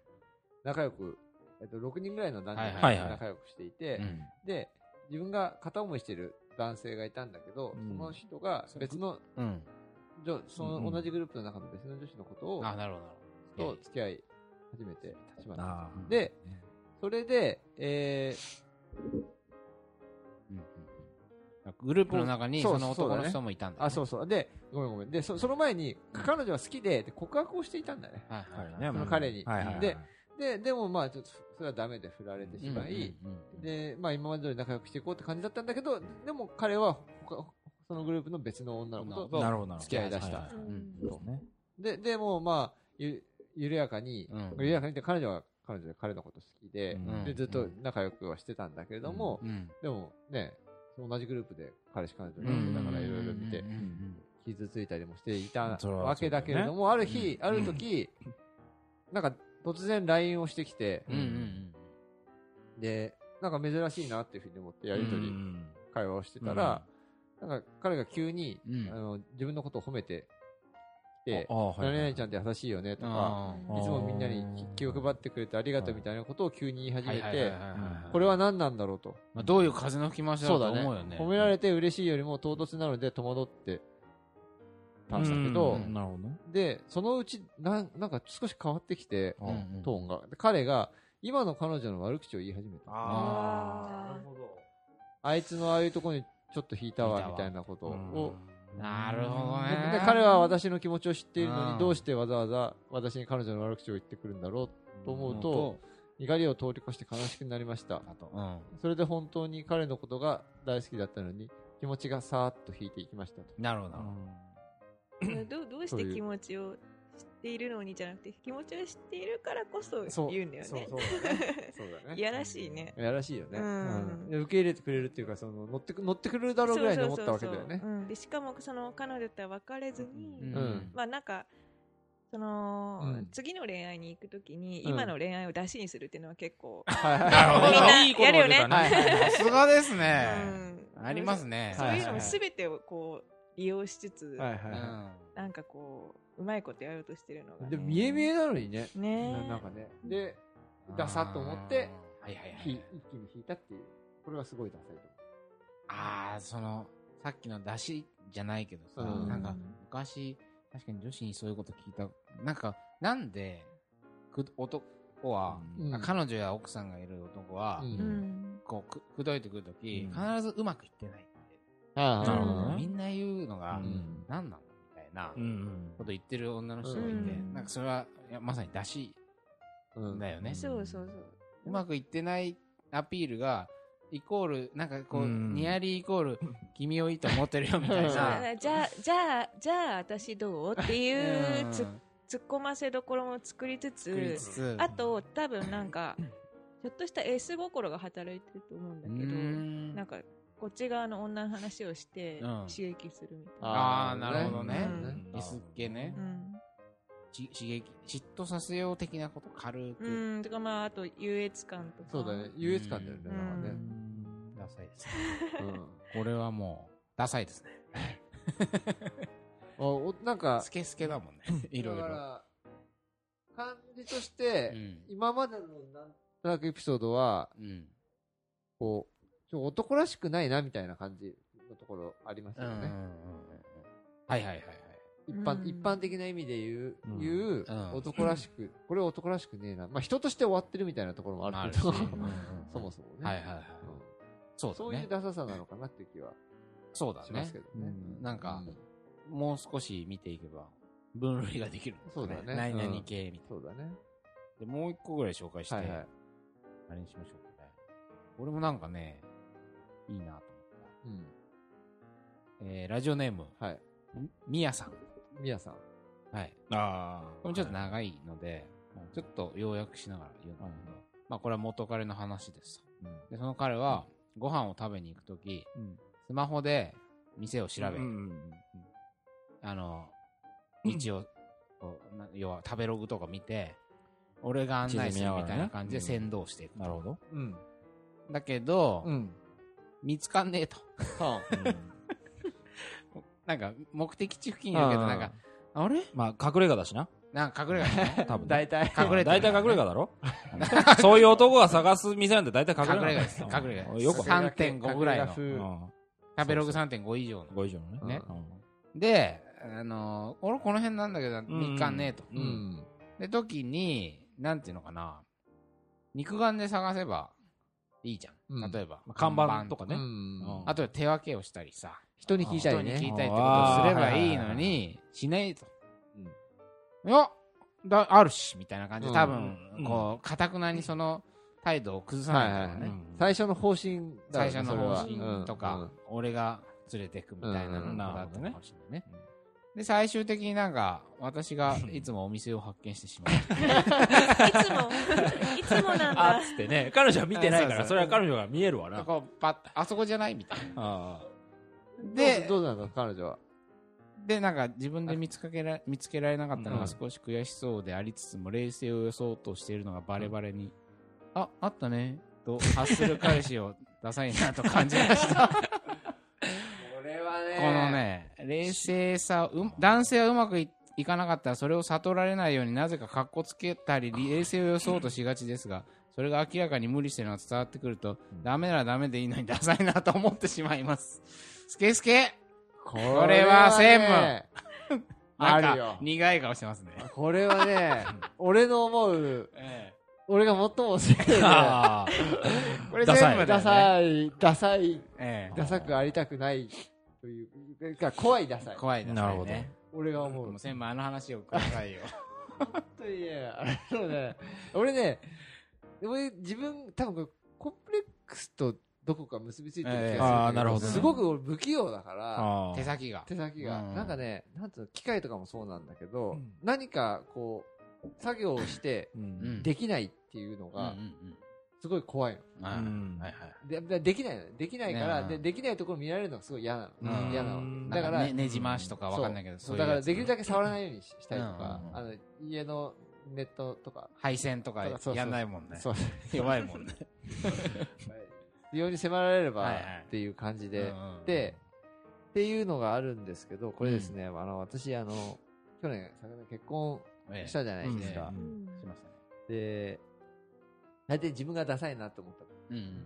Speaker 4: 仲良く、えっと、6人ぐらいの男女
Speaker 2: は
Speaker 4: が
Speaker 3: いはい
Speaker 4: 仲良くしていて
Speaker 2: う、ん
Speaker 4: で、自分が片思いしてる男性がいたんだけど、
Speaker 3: うん
Speaker 4: その人が別の、
Speaker 2: うん
Speaker 4: 女そ
Speaker 3: うんう
Speaker 4: の
Speaker 3: ん
Speaker 4: 同じグループの中の別の女子のことを、
Speaker 2: あなるほどなるほど
Speaker 4: と付き合い始めてしま
Speaker 3: れ
Speaker 4: った。
Speaker 3: あー
Speaker 4: で、それで、えー
Speaker 2: うんうんグループの中に
Speaker 4: そう
Speaker 2: その
Speaker 4: そう
Speaker 2: 男
Speaker 4: だ
Speaker 2: の
Speaker 4: ね
Speaker 2: 人もいたんだ
Speaker 4: あ、そう
Speaker 2: う
Speaker 4: そう。で、ごめんごめん。で、そその前に、彼女は好きで、で告白をしていたんだね。
Speaker 2: はいはい
Speaker 3: 彼
Speaker 2: はい
Speaker 3: ね
Speaker 4: その彼に
Speaker 3: はいはいはい
Speaker 4: でで、でもまあ、ちょっと、それはダメで振られてしまい、
Speaker 2: うんうんうん
Speaker 4: で、まあ今まで通り仲良くしていこうって感じだったんだけど、でも彼は他、そのグループの別の女の
Speaker 3: な
Speaker 4: 子と、
Speaker 3: るほどなるほど。
Speaker 4: 付き合いだした
Speaker 3: ははは
Speaker 1: うん
Speaker 3: そうね。
Speaker 4: で、でもまあ、ゆ緩やかに、
Speaker 2: うん
Speaker 4: 緩やかにって彼女は彼女で彼のこと好きで、
Speaker 3: うん
Speaker 4: で、ずっと仲良くはしてたんだけれども、
Speaker 2: うん
Speaker 4: でもね、同じグループで彼氏彼女がいてだからいろいろ見て
Speaker 2: うんうんうん
Speaker 4: 傷ついたりもしていた
Speaker 3: それは
Speaker 4: わけだけれども、ある日、
Speaker 2: うん
Speaker 4: ある時、なんか突然 LINE をしてきて、
Speaker 2: うんうんうん
Speaker 4: で、なんか珍しいなっていうふうに思ってやりと
Speaker 3: う
Speaker 4: り、
Speaker 3: ん
Speaker 4: 会話をしてたら、なんか彼が急に、
Speaker 2: うん
Speaker 4: あの自分のことを褒めてきて
Speaker 3: あ、あはいは
Speaker 4: 何
Speaker 3: い
Speaker 4: 々ちゃんって優しいよねとか、
Speaker 2: あ
Speaker 1: あ
Speaker 2: ー
Speaker 1: ー
Speaker 4: いつもみんなに気を配ってくれてありがとうみたいなことを急に言い始
Speaker 2: はい
Speaker 4: め
Speaker 2: はいはい
Speaker 4: て
Speaker 2: は、いはい
Speaker 3: うん
Speaker 4: これは何なんだろうと。
Speaker 2: まあ、どういう風の吹き回しだろうと思うよね。
Speaker 4: 褒められて嬉しいよりも唐突なので戸惑ってたんだけ
Speaker 3: う
Speaker 4: ど、
Speaker 3: んなるほどね。
Speaker 4: で、そのうちなん、なんか少し変わってきて、
Speaker 2: うんうん
Speaker 4: トーンが。で彼が、今の彼女の悪口を言い始めた。
Speaker 1: あーなる
Speaker 3: ほ
Speaker 4: あいつのああいうとこにちょっと引
Speaker 2: 引
Speaker 4: いた
Speaker 2: いた
Speaker 4: わ、
Speaker 2: わ
Speaker 4: みたいなことを。
Speaker 2: なるほど
Speaker 4: で
Speaker 2: ね。
Speaker 4: で彼は私の気持ちを知っているの
Speaker 2: うん
Speaker 4: に、どうしてわざわざ私に彼女の悪口を言ってくるんだろうと思うと、怒りを通り越して悲しくなりました。
Speaker 2: あと、うん。
Speaker 4: それで本当に彼のことが大好きだったのに、気持ちがさーっと引いていきましたと。
Speaker 2: なるほどなるほ
Speaker 1: どうどうし
Speaker 4: そう
Speaker 1: て
Speaker 4: いう
Speaker 1: 気持ちを知っているのにじゃなくて気持ちを知っているからこそ
Speaker 4: そう
Speaker 1: 言うんだよね。
Speaker 4: そうそうだね。そうだね。
Speaker 1: いやらしいね。
Speaker 4: やらしいよね、
Speaker 1: うん
Speaker 4: うん受け入れてくれるっていうかその乗ってく乗ってくれるだろうぐらいに思ったわけだよ
Speaker 1: そ
Speaker 4: ね
Speaker 1: うそうそううんでしかもその彼女とは別れずに、
Speaker 2: ど。
Speaker 4: うん
Speaker 1: まあなんかその、
Speaker 4: うん
Speaker 1: 次の恋愛に行くときに、
Speaker 4: うん
Speaker 1: 今の恋愛を出しにするっていうのは結構、
Speaker 4: はいはい
Speaker 2: なるほど
Speaker 1: みんなやるよね。
Speaker 4: はいはいはい
Speaker 2: さすがですね。
Speaker 1: うん
Speaker 2: ありますね。
Speaker 1: そういう
Speaker 4: は
Speaker 1: の
Speaker 4: い
Speaker 1: もすべてをこう利用しつつ、
Speaker 4: はいは
Speaker 2: う
Speaker 4: い
Speaker 2: ん
Speaker 4: は
Speaker 1: なんかこううまいことやろうとしてるのがね
Speaker 4: いでも見え見えなのにね
Speaker 1: ね
Speaker 4: ななんかねでダサッと思って、
Speaker 2: はいはいは
Speaker 4: ひ
Speaker 2: い
Speaker 4: 一。気に引いたっていうこれはすごいダサいと
Speaker 2: ああ、その、さっきの出しじゃないけどさ、
Speaker 4: うん
Speaker 2: なんか、昔、確かに女子にそういうこと聞いた。なんか、なんで、く男は、
Speaker 4: うん
Speaker 2: あ彼女や奥さんがいる男は、
Speaker 4: 思う、
Speaker 1: う
Speaker 4: うん
Speaker 1: ん
Speaker 2: こうく、くどいてくるとき、
Speaker 3: うん
Speaker 2: 必ずうまくいってないって。
Speaker 4: ああ
Speaker 1: なるほど
Speaker 3: ね
Speaker 2: みんな言うのが、
Speaker 4: うん
Speaker 2: 何なのみたいな
Speaker 3: うんうん
Speaker 2: こと言ってる女の人がいて、
Speaker 1: うん
Speaker 2: なんかそれはいやまさに出し
Speaker 4: うん
Speaker 2: だよね、
Speaker 1: そうそう
Speaker 2: うまくいってないアピールが、イコール、なんかこう、
Speaker 3: うん
Speaker 2: ニヤリイコール、君をいいと思ってるよみたい
Speaker 4: うん
Speaker 1: そう
Speaker 2: な。
Speaker 1: だじゃあじゃあじゃあ私どうっていううんつ突っ込ませどころも作りつつ
Speaker 2: 作りつつ
Speaker 1: あと多分なんかちょっとしたエース心が働いてると思うんだ
Speaker 2: う
Speaker 1: けど
Speaker 2: ん
Speaker 1: なんかこっち側の女の話をして
Speaker 2: うん
Speaker 1: 刺激するみたいな、
Speaker 2: あーなるほどね
Speaker 3: うん
Speaker 2: リスっけね
Speaker 1: う。ん
Speaker 2: ち刺激、嫉妬させよう的なこと軽く。
Speaker 1: うん、とかまあ、あと優越感とか。
Speaker 4: そうだね優越感だよね
Speaker 1: うん
Speaker 4: なんかね
Speaker 2: ダサいですね。
Speaker 4: うん
Speaker 2: これはもう、ダサいですね。
Speaker 4: あおなんか
Speaker 2: スケスケだもんね。 いろい
Speaker 4: だか
Speaker 2: ろ。
Speaker 4: ら感じとして、
Speaker 2: うん
Speaker 4: 今までのなんとなくエピソードは
Speaker 2: うん。
Speaker 4: こう、ちょ男らしくないなみたいな感じのところありますよ
Speaker 2: うんうんうんう
Speaker 4: ね。
Speaker 2: んはいはいはいはい。
Speaker 4: 一般、
Speaker 1: うん
Speaker 4: 一般的な意味で言う、
Speaker 3: うん
Speaker 4: 言う
Speaker 2: うん
Speaker 4: 男らしく、これは男らしくねえな。まあ人として終わってるみたいなところもあるけ
Speaker 2: ま
Speaker 4: ど、
Speaker 2: ああるしうんうんうん
Speaker 4: そもそもね。
Speaker 2: はいはいはい
Speaker 4: うん
Speaker 2: そうだね。
Speaker 4: そういうダサさなのかなっていう気は。
Speaker 2: そうだ
Speaker 4: しま
Speaker 2: ね
Speaker 4: すけどね
Speaker 2: うんなんか、
Speaker 4: うん
Speaker 2: もう少し見ていけば、分類ができるんです
Speaker 4: そうだね
Speaker 2: 何
Speaker 4: うん
Speaker 2: 々系みたい
Speaker 4: そうだね。
Speaker 2: な。で、もう一個ぐらい紹介して、
Speaker 4: はいはい。
Speaker 2: あれにしましょうかね。俺もなんかね、いいなと思った。
Speaker 4: うん。
Speaker 2: えー、ラジオネーム、
Speaker 4: はい。
Speaker 2: みやさん。
Speaker 4: みやさん。
Speaker 2: はい。
Speaker 3: ああ。
Speaker 2: これもちょっと長いので、ちょっと要約しながら言うんだけど、まあこれは元彼の話ですと。
Speaker 3: うん
Speaker 2: で、その彼は、ご飯を食べに行くとき、
Speaker 3: うん
Speaker 2: スマホで店を調べ、
Speaker 3: うんうんうん
Speaker 2: あの、道を、こうな要は食べログとか見て、俺が案内するみたいな感じで
Speaker 3: 地図見
Speaker 2: 先導していくと。
Speaker 3: なるほど。
Speaker 4: うん。
Speaker 2: だけど、
Speaker 4: うん。
Speaker 2: 見つかんねえと。
Speaker 4: は
Speaker 2: なんか、目的地付近いるけど、なんか、あれ
Speaker 3: まあ、隠れ家だしな。。
Speaker 2: なんか隠れがね
Speaker 3: 多分。
Speaker 4: 大体。
Speaker 2: 隠れて
Speaker 3: 大
Speaker 2: る
Speaker 3: 体隠れ家だろそういう男が探す店なんて大体隠れ
Speaker 2: 隠れ
Speaker 3: 家
Speaker 2: 家です。隠れ家。
Speaker 3: よくわか
Speaker 2: 3.5ぐらいの。
Speaker 3: る。う
Speaker 4: の。
Speaker 3: ん
Speaker 2: 食べログ3.5以上の。
Speaker 3: ご以上のね。
Speaker 2: ね
Speaker 3: うん
Speaker 2: で、あのー俺この辺なんだけど、見つかんねえと。
Speaker 3: う
Speaker 4: うん。
Speaker 2: で、時に、なんていうのかな。肉眼で探せばいいじゃ
Speaker 4: うん
Speaker 2: ん。例えば。
Speaker 3: まあ看板とか
Speaker 2: ね。
Speaker 3: ね。
Speaker 4: うん
Speaker 2: あとは手分けをしたりさ。
Speaker 4: 人に聞いた
Speaker 2: 人
Speaker 4: り
Speaker 2: に
Speaker 4: ね。
Speaker 2: 聞いたりってことをすればいいの
Speaker 3: あーはいはいは
Speaker 2: に、しないと。いや、だあるし、みたいな感じで、多
Speaker 3: うん
Speaker 2: 分、こう、かたくなにその態度を崩さないんだろう
Speaker 4: は
Speaker 2: ね
Speaker 4: い。
Speaker 3: うん
Speaker 4: 最初の方針だ
Speaker 2: 最
Speaker 4: よね
Speaker 2: 初の方針と
Speaker 4: う
Speaker 2: か
Speaker 4: ん、
Speaker 2: 俺が連れてくみたいな
Speaker 4: うん
Speaker 2: のだった
Speaker 3: なる
Speaker 2: か
Speaker 3: ほ
Speaker 2: もしれないね。で、最終的になんか、私がいつもお店を発見してしまう。
Speaker 1: つも、 いつもなん
Speaker 3: あ
Speaker 1: だ
Speaker 3: っ。つってね。彼女は見てないか
Speaker 2: そう
Speaker 3: ら、
Speaker 2: そう
Speaker 3: それは彼女が見えるわ
Speaker 2: なん
Speaker 3: な。
Speaker 2: かパッあそこじゃないみたい
Speaker 3: ああ
Speaker 2: な。
Speaker 4: で、
Speaker 2: で
Speaker 4: ど、うなの彼女は。
Speaker 2: で、なんか自分で見つけら見つけられなかったの
Speaker 3: うん
Speaker 2: が少し悔しそうでありつつも、冷静を装おうとしているのがバレバレに、あ、あったね、と発する彼氏をダサいなと感じました。こ
Speaker 4: れはね
Speaker 2: の。ね、冷静さ、うん男性はうまくいいかなかったらそれを悟られないようになぜか格好つけたり冷静を装おうとしがちですがそれが明らかに無理してるのが伝わってくると、ダメならダメでいいのにダサいなと思ってしまいますスケスケ
Speaker 4: こ
Speaker 2: これは専
Speaker 4: ね
Speaker 2: なん
Speaker 4: あるよ
Speaker 2: か、苦い顔してますね。
Speaker 4: これはね、俺の思う、
Speaker 2: え
Speaker 4: 俺が最も責任だ
Speaker 3: ああ。
Speaker 2: えこれ
Speaker 3: ダサい
Speaker 2: 全部だよ
Speaker 4: ダ
Speaker 2: ね。
Speaker 4: サい、ダサい、
Speaker 2: ええ
Speaker 4: ダサくありたくないという、か怖いダサい。
Speaker 2: 怖いダサいね。
Speaker 3: なるほど
Speaker 4: 俺が思う。
Speaker 2: もう専務あの話をくださいよ。
Speaker 4: 本当にね、あれそうね、俺ね、俺自分、多分これコンプレックスとどこか結びついてる気がす
Speaker 2: え
Speaker 4: るんだけ
Speaker 2: え
Speaker 4: ど。
Speaker 3: あーなるほどね
Speaker 4: すごく俺不器用だから、
Speaker 3: ああ
Speaker 2: 手先が。
Speaker 4: 手先が、
Speaker 2: うん
Speaker 4: なんかね、なんつうの、機械とかもそうなんだけど、
Speaker 3: うん
Speaker 4: 何かこう、作業をして
Speaker 3: う、ん
Speaker 2: ん
Speaker 4: できないっていうの
Speaker 2: うんうん
Speaker 4: が、すごい怖いの。
Speaker 2: うん。は
Speaker 3: うん
Speaker 2: いはいはい。
Speaker 4: ででできないのねできないから、
Speaker 2: ね
Speaker 4: で、できないところ見られるのがすごい嫌なの。
Speaker 2: うん
Speaker 4: 嫌なの
Speaker 3: うん
Speaker 4: だか
Speaker 2: なん
Speaker 4: ら、
Speaker 2: ねねじ回しとかわかんないけど、
Speaker 4: そ
Speaker 2: そう
Speaker 4: う
Speaker 2: いう
Speaker 4: だ
Speaker 2: やつ
Speaker 4: からできるだけ触らないようにししたりとか、
Speaker 2: うん
Speaker 4: あの家のネットとか、
Speaker 2: 配線とか
Speaker 4: そうそう
Speaker 2: やんないもんね。
Speaker 4: そう
Speaker 2: 弱いもんね。
Speaker 4: 非常に迫られれ
Speaker 2: は
Speaker 4: ば
Speaker 2: いはい
Speaker 4: っていう感じで、
Speaker 2: うんうん
Speaker 4: で、っていうのがあるんですけど、これですね、あの、私、あの、去年、昨年結婚
Speaker 2: ええ
Speaker 4: したじゃないです
Speaker 3: う
Speaker 4: か
Speaker 3: ん。
Speaker 1: うん
Speaker 2: しましたね。
Speaker 4: で、大体自分がダサいなと思った。
Speaker 2: うんうん。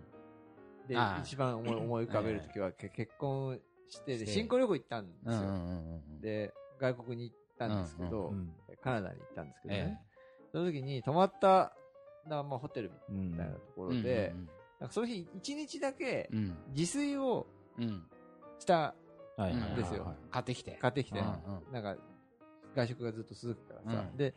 Speaker 4: で
Speaker 2: ああ、
Speaker 4: 一番 思い思い浮かべるときは、け結婚して、
Speaker 2: し
Speaker 4: で
Speaker 2: て
Speaker 4: 新婚旅行行ったんで
Speaker 2: う
Speaker 4: す
Speaker 2: んうん
Speaker 4: よ。
Speaker 2: うんうん。
Speaker 4: で、外国に行ったんですけど、
Speaker 3: うん
Speaker 4: カナダに行ったんですけど
Speaker 2: え
Speaker 4: ね。その時に泊まった、なまあ、ホテル
Speaker 3: う
Speaker 4: み
Speaker 3: ん
Speaker 4: たいなとこ
Speaker 2: え
Speaker 4: ろで、
Speaker 2: うん
Speaker 4: なんかその日一日だけ
Speaker 2: うんうん。
Speaker 4: 自炊を
Speaker 2: うんうん。
Speaker 4: した、
Speaker 3: はいはいはいはい
Speaker 4: ですよ
Speaker 2: 買ってきて。
Speaker 4: 買ってきて、
Speaker 2: うん
Speaker 4: なんか、外食がずっと続くからさ。
Speaker 2: うん
Speaker 4: で、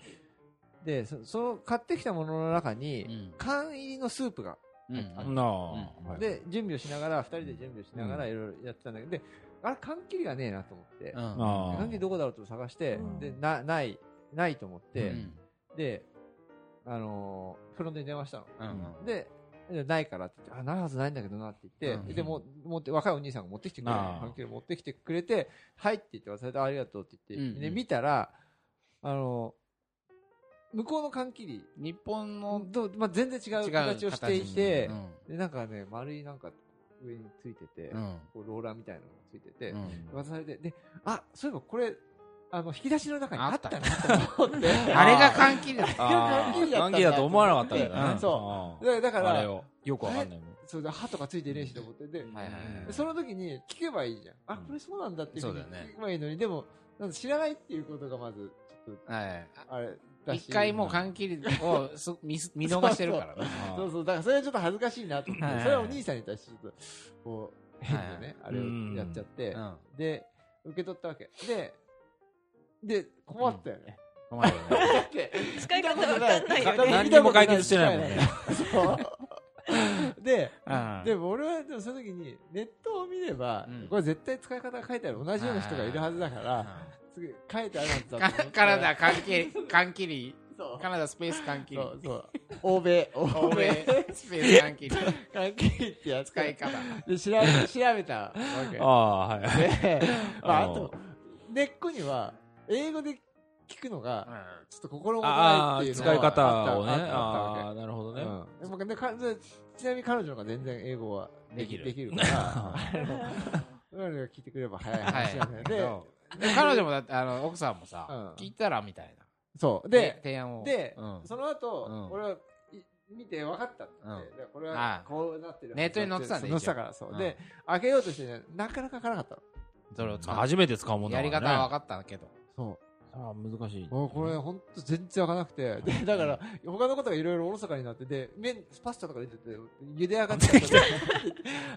Speaker 4: でそ、その買ってきたものの中に、
Speaker 2: うん
Speaker 4: 缶入りのスープが、
Speaker 2: うんうん
Speaker 3: なあはい
Speaker 4: で、準備をしながら、二人で準備をしながら、いろいろやってたんだけど、で、あれ、缶切りがねえなと思って、
Speaker 2: うん
Speaker 4: で
Speaker 3: あ
Speaker 4: 缶切りどこだろうと探して、
Speaker 1: うん
Speaker 4: で、な、ない、ないと思って、
Speaker 2: うん
Speaker 4: で、あのーフロントに電話したの。
Speaker 2: うんうん
Speaker 4: で、でないからって言って、あ、ないはずないんだけどなって言って、
Speaker 3: うん
Speaker 4: で、もう、持って、若いお兄さんが持ってきてくれた
Speaker 3: ああ
Speaker 4: の。関係を持ってきてくれて、はいって言って、忘れた、ありがとうって言って、
Speaker 2: うんうん
Speaker 4: で、見たら、あの、向こうの缶切り
Speaker 2: 日本の
Speaker 4: と、まあ、全然違う形をしていて、で、なんかね、丸いなんか上についてて、
Speaker 2: うん
Speaker 4: こうローラーみたいなのがついてて、
Speaker 2: うん
Speaker 4: 渡されて、で、あ、そういえばこれ、あの、引き出しの中にあったな
Speaker 2: あ
Speaker 4: と思って。
Speaker 2: あれが関係だ。
Speaker 3: あ
Speaker 4: 関係だったんだ
Speaker 3: あ関係だと思わなかったんだ
Speaker 4: う
Speaker 3: ね
Speaker 4: んそだか
Speaker 3: う
Speaker 4: ら、だか
Speaker 3: んあれ
Speaker 4: ら、
Speaker 3: をよくわかんないもん
Speaker 4: それで歯とかついてねえしと思って、で、
Speaker 2: はいはいはい
Speaker 4: でその時に聞けばいいじゃん。あ、
Speaker 3: うん
Speaker 4: これそうなんだっていうふうに
Speaker 2: そうだよね
Speaker 4: 聞けばいいのに、でも、なんか知らないっていうことがまず、ちょっ
Speaker 2: はい。
Speaker 4: と、あれ、らしい
Speaker 2: 一回もう缶切りをす見す見逃してるからね。
Speaker 4: そうそう、だからそれはちょっと恥ずかしいなと思っ
Speaker 2: はい
Speaker 4: て、それはお兄さんに対してちょっと、こう、変な
Speaker 2: は
Speaker 4: ね、あれをやっちゃって
Speaker 2: う、ん
Speaker 4: で、受け取ったわけ。で、で、困ったよね。
Speaker 2: 困るよね
Speaker 4: だって、
Speaker 1: 使い方わかんないよ
Speaker 3: ね
Speaker 1: ね。
Speaker 3: 何にも解決してないもんね
Speaker 4: そう。で、
Speaker 2: うん
Speaker 4: でも俺はでもその時にネットを見れば、
Speaker 2: うん
Speaker 4: これ絶対使い方が書いてある同じような人がいるはずだから、次書いてあるはずだと思って
Speaker 2: カナダ缶切り、缶切り、
Speaker 4: そう
Speaker 2: カナダスペース缶切
Speaker 4: そ
Speaker 2: り、
Speaker 4: うそう欧米欧
Speaker 2: 欧
Speaker 4: 米
Speaker 2: 米スペース缶切り、
Speaker 4: 関係ってやつ
Speaker 2: 使い方。
Speaker 4: で調べ調べたわけ
Speaker 3: ああ、はい。
Speaker 4: で、まあ、
Speaker 3: あ
Speaker 4: あ
Speaker 3: の
Speaker 4: と根っこには英語で聞くのがちょっと心もと
Speaker 3: ああ
Speaker 4: な
Speaker 3: ー、
Speaker 4: いっていう
Speaker 3: 使
Speaker 4: の
Speaker 3: い
Speaker 4: があった
Speaker 3: 方をね。
Speaker 4: あったあったわけ
Speaker 3: ああー、なるほどね。
Speaker 4: うんでもねかでちなみに彼女の方が全然英語は
Speaker 2: できる
Speaker 4: できるから 彼女が聞いてくれば早い話なんだよ、
Speaker 2: そう
Speaker 4: で
Speaker 2: で彼女もだって、あの、奥さんもさ、
Speaker 4: うん
Speaker 2: 聞いたらみたいな。
Speaker 4: そうで
Speaker 2: 提案を。
Speaker 4: で、
Speaker 2: うん
Speaker 4: その後、
Speaker 2: うん
Speaker 4: 俺はい見て分かったって、
Speaker 2: うん
Speaker 4: でこれ
Speaker 2: あ
Speaker 4: は
Speaker 2: あ
Speaker 4: こうなってる
Speaker 2: ネットに載ってたんだ
Speaker 4: そう載ってたからそう、で開けようとして、ね、なかなか開かなかったの
Speaker 2: それを使
Speaker 3: まあ
Speaker 2: う
Speaker 3: 初めて使うもんだ
Speaker 2: や
Speaker 3: から
Speaker 2: り
Speaker 3: ね。
Speaker 2: 方は分かったけど。
Speaker 4: そ
Speaker 3: ああ難しい。
Speaker 4: うもうこれ本当全然開かな くてでだから他のことがいろいろおろそかになってで麺パスタとか出てて茹で上がってた からあ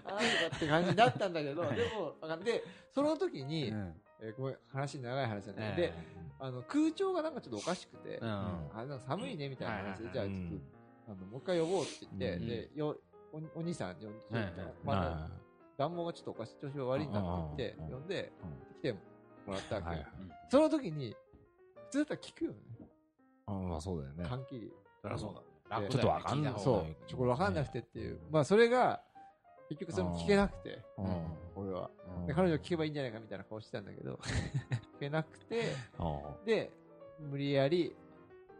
Speaker 4: あとかって感じだったんだけどでもあかんでその時に、
Speaker 2: うん
Speaker 4: えーごめん話長い話なんだけど、
Speaker 2: え
Speaker 4: であの空調がなんかちょっとおかしくて、
Speaker 2: うん
Speaker 4: あなんか寒いねみたいな話で、
Speaker 2: うん
Speaker 4: じゃあ
Speaker 3: う
Speaker 4: ちょっと、
Speaker 3: ん
Speaker 4: あのもう一回呼ぼうって言って、
Speaker 3: うん
Speaker 4: でよおお兄さん呼んで、
Speaker 2: うん
Speaker 4: まだ、
Speaker 3: は
Speaker 4: 暖房がちょっとおかしい調子が悪いんだって言っ
Speaker 3: うん
Speaker 4: て、呼んで、来てもらったわ
Speaker 3: い
Speaker 4: け、
Speaker 3: はい。
Speaker 4: その時に普通だったら聞くよね
Speaker 3: うんまあそうだよね。
Speaker 4: 缶切り
Speaker 2: そりゃそうだ。
Speaker 4: で
Speaker 2: 楽
Speaker 4: ちょっ
Speaker 3: と分かん
Speaker 2: だよね聞い
Speaker 3: ない
Speaker 2: た
Speaker 4: そ
Speaker 2: 方
Speaker 4: う
Speaker 2: が
Speaker 4: ちょこれ分かんなくてっていうまあそれが結局それも聞けなくて、
Speaker 3: うん
Speaker 4: 俺は
Speaker 3: うん
Speaker 4: で彼女聞けばいいんじゃないかみたいな顔してたんだけど 聞けなくて
Speaker 3: あ
Speaker 4: で無理やり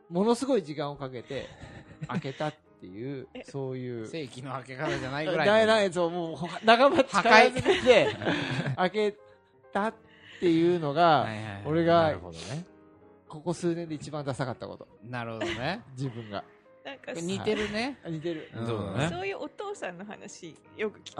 Speaker 4: ものすごい時間をかけて開けたっ ていうそういう
Speaker 2: 正規の開け方じゃないぐらいの。
Speaker 4: 大なやつをもう仲間使わずにで 開けたっていうの
Speaker 2: は
Speaker 4: が
Speaker 2: いはいはい
Speaker 4: 俺
Speaker 3: あ。なる
Speaker 4: が
Speaker 3: ほどね。
Speaker 4: ここ数年で一番ダサかったこと
Speaker 2: なるほど ね。
Speaker 4: 自分が
Speaker 1: なんか
Speaker 2: 似てるね。
Speaker 4: あ似てる
Speaker 2: うん
Speaker 3: そうだね
Speaker 1: そういうお父さんの話よく聞く。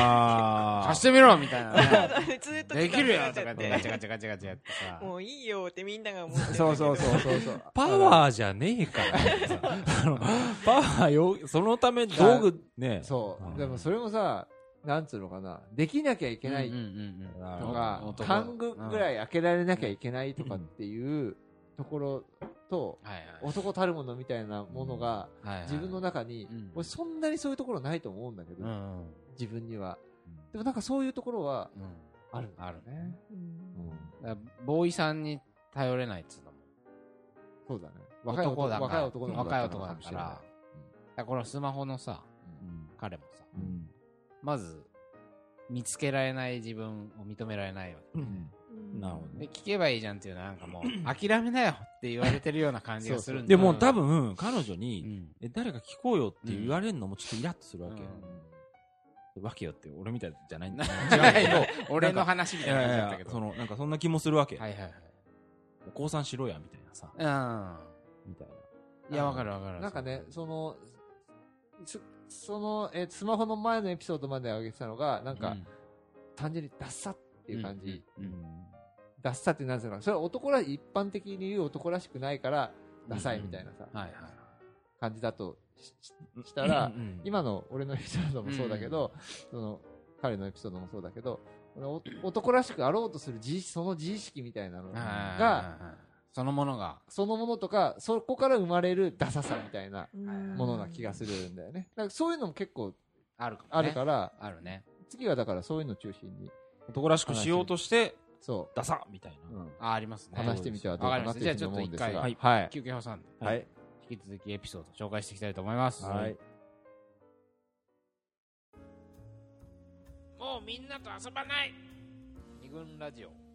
Speaker 3: ああ
Speaker 2: 貸し。てみろみたい なね。
Speaker 1: ずっと
Speaker 2: できるよとかっ
Speaker 3: え
Speaker 2: て
Speaker 3: え
Speaker 2: ガチャガチャガチャガチャやってさ。
Speaker 1: もういいよってみんなが思ってるんだけ
Speaker 4: そ
Speaker 1: ど
Speaker 4: うそうそうそうそう
Speaker 3: パワーじゃねえからさ。あのパワーよ、そのため道具ね。
Speaker 4: そうでも
Speaker 3: れ。
Speaker 4: それもさなんつうのかなできなきゃいけない
Speaker 2: うんうんうんうん
Speaker 4: とか
Speaker 2: 男
Speaker 4: 半分ぐら
Speaker 2: うん
Speaker 4: い開けられなきゃいけないとかっていうところと
Speaker 2: はいはい
Speaker 4: 男たるものみたいなものが
Speaker 2: はいはい
Speaker 4: 自分の中に
Speaker 2: うん
Speaker 4: 俺そんなにそういうところないと思うんだけ
Speaker 2: う
Speaker 4: ど
Speaker 2: んうん
Speaker 4: 自分にはでもなんかそういうところはあるんだ
Speaker 2: あるね
Speaker 1: うん
Speaker 2: だからボーイさんに頼れないっつうのも
Speaker 4: そうだね若い
Speaker 2: 男
Speaker 4: 男
Speaker 2: だから
Speaker 4: 若い男の子
Speaker 2: 若い
Speaker 4: だった
Speaker 2: 男だ
Speaker 4: のか
Speaker 2: か
Speaker 4: もし
Speaker 2: ら
Speaker 4: れ
Speaker 2: だ
Speaker 4: な
Speaker 2: からこのスマホのさ彼もさ
Speaker 3: うん
Speaker 2: まず見つけられない自分を認められないわ
Speaker 3: うん
Speaker 1: うん
Speaker 3: なるほど
Speaker 2: け
Speaker 3: ね
Speaker 2: で聞けばいいじゃんっていうのはなんかもう諦めなよって言われてるような感じがするんだ
Speaker 3: でも多
Speaker 2: 分
Speaker 3: 分、彼女
Speaker 2: う
Speaker 3: に、
Speaker 2: ん
Speaker 3: え、誰か聞こうよって言われるのもちょっとイラッとするわけよ。
Speaker 2: う
Speaker 3: わけよって、俺みたいじゃないんだ
Speaker 2: ん
Speaker 3: よ。
Speaker 2: 違うけど俺の話み
Speaker 3: い
Speaker 2: たいな
Speaker 3: や
Speaker 2: 感
Speaker 3: い
Speaker 2: じ
Speaker 3: や
Speaker 2: だっ
Speaker 3: い
Speaker 2: た
Speaker 3: や
Speaker 2: けど
Speaker 3: その、なんかそんな気もするわけ。
Speaker 2: はいはいはい
Speaker 3: お降参しろや、みたいなさ。みたいな。
Speaker 2: うんいやわかるわかる
Speaker 4: なんかねそのそそのえースマホの前のエピソードまで上げてたのがなんか単純にダッサっていう感じ、
Speaker 2: うんうん
Speaker 4: ダッサってなんつうのかなそれは男ら一般的に言う男らしくないからダサいみたいなさ、
Speaker 2: はいはい
Speaker 4: 感じだとしししたら、
Speaker 3: うんうん
Speaker 4: 今の俺のエピソードもそうだけど、その彼のエピソードもそうだけど俺お男らしくあろうとする自意識その自意識みたいなのが
Speaker 2: がそのものが
Speaker 4: そのものとかそこから生まれるダサさみたいな
Speaker 1: うん
Speaker 4: ものな気がするんだよね、だからそういうのも結構
Speaker 2: あるかもね
Speaker 4: あるから、
Speaker 2: あるね
Speaker 4: 次はだからそういうの中心に
Speaker 3: 男らしくしようとして、
Speaker 4: そ、
Speaker 3: ダサみたいう
Speaker 4: うん
Speaker 2: あありますね
Speaker 4: 話してみてはどうかなっていうふうに思うんですが
Speaker 2: わかり
Speaker 4: はい
Speaker 2: 休憩挟んで
Speaker 3: な。
Speaker 4: はい。
Speaker 2: 引き続きエピソード紹介していきたいと思います
Speaker 4: はい
Speaker 2: もうみんなと遊ばない二軍ラジオ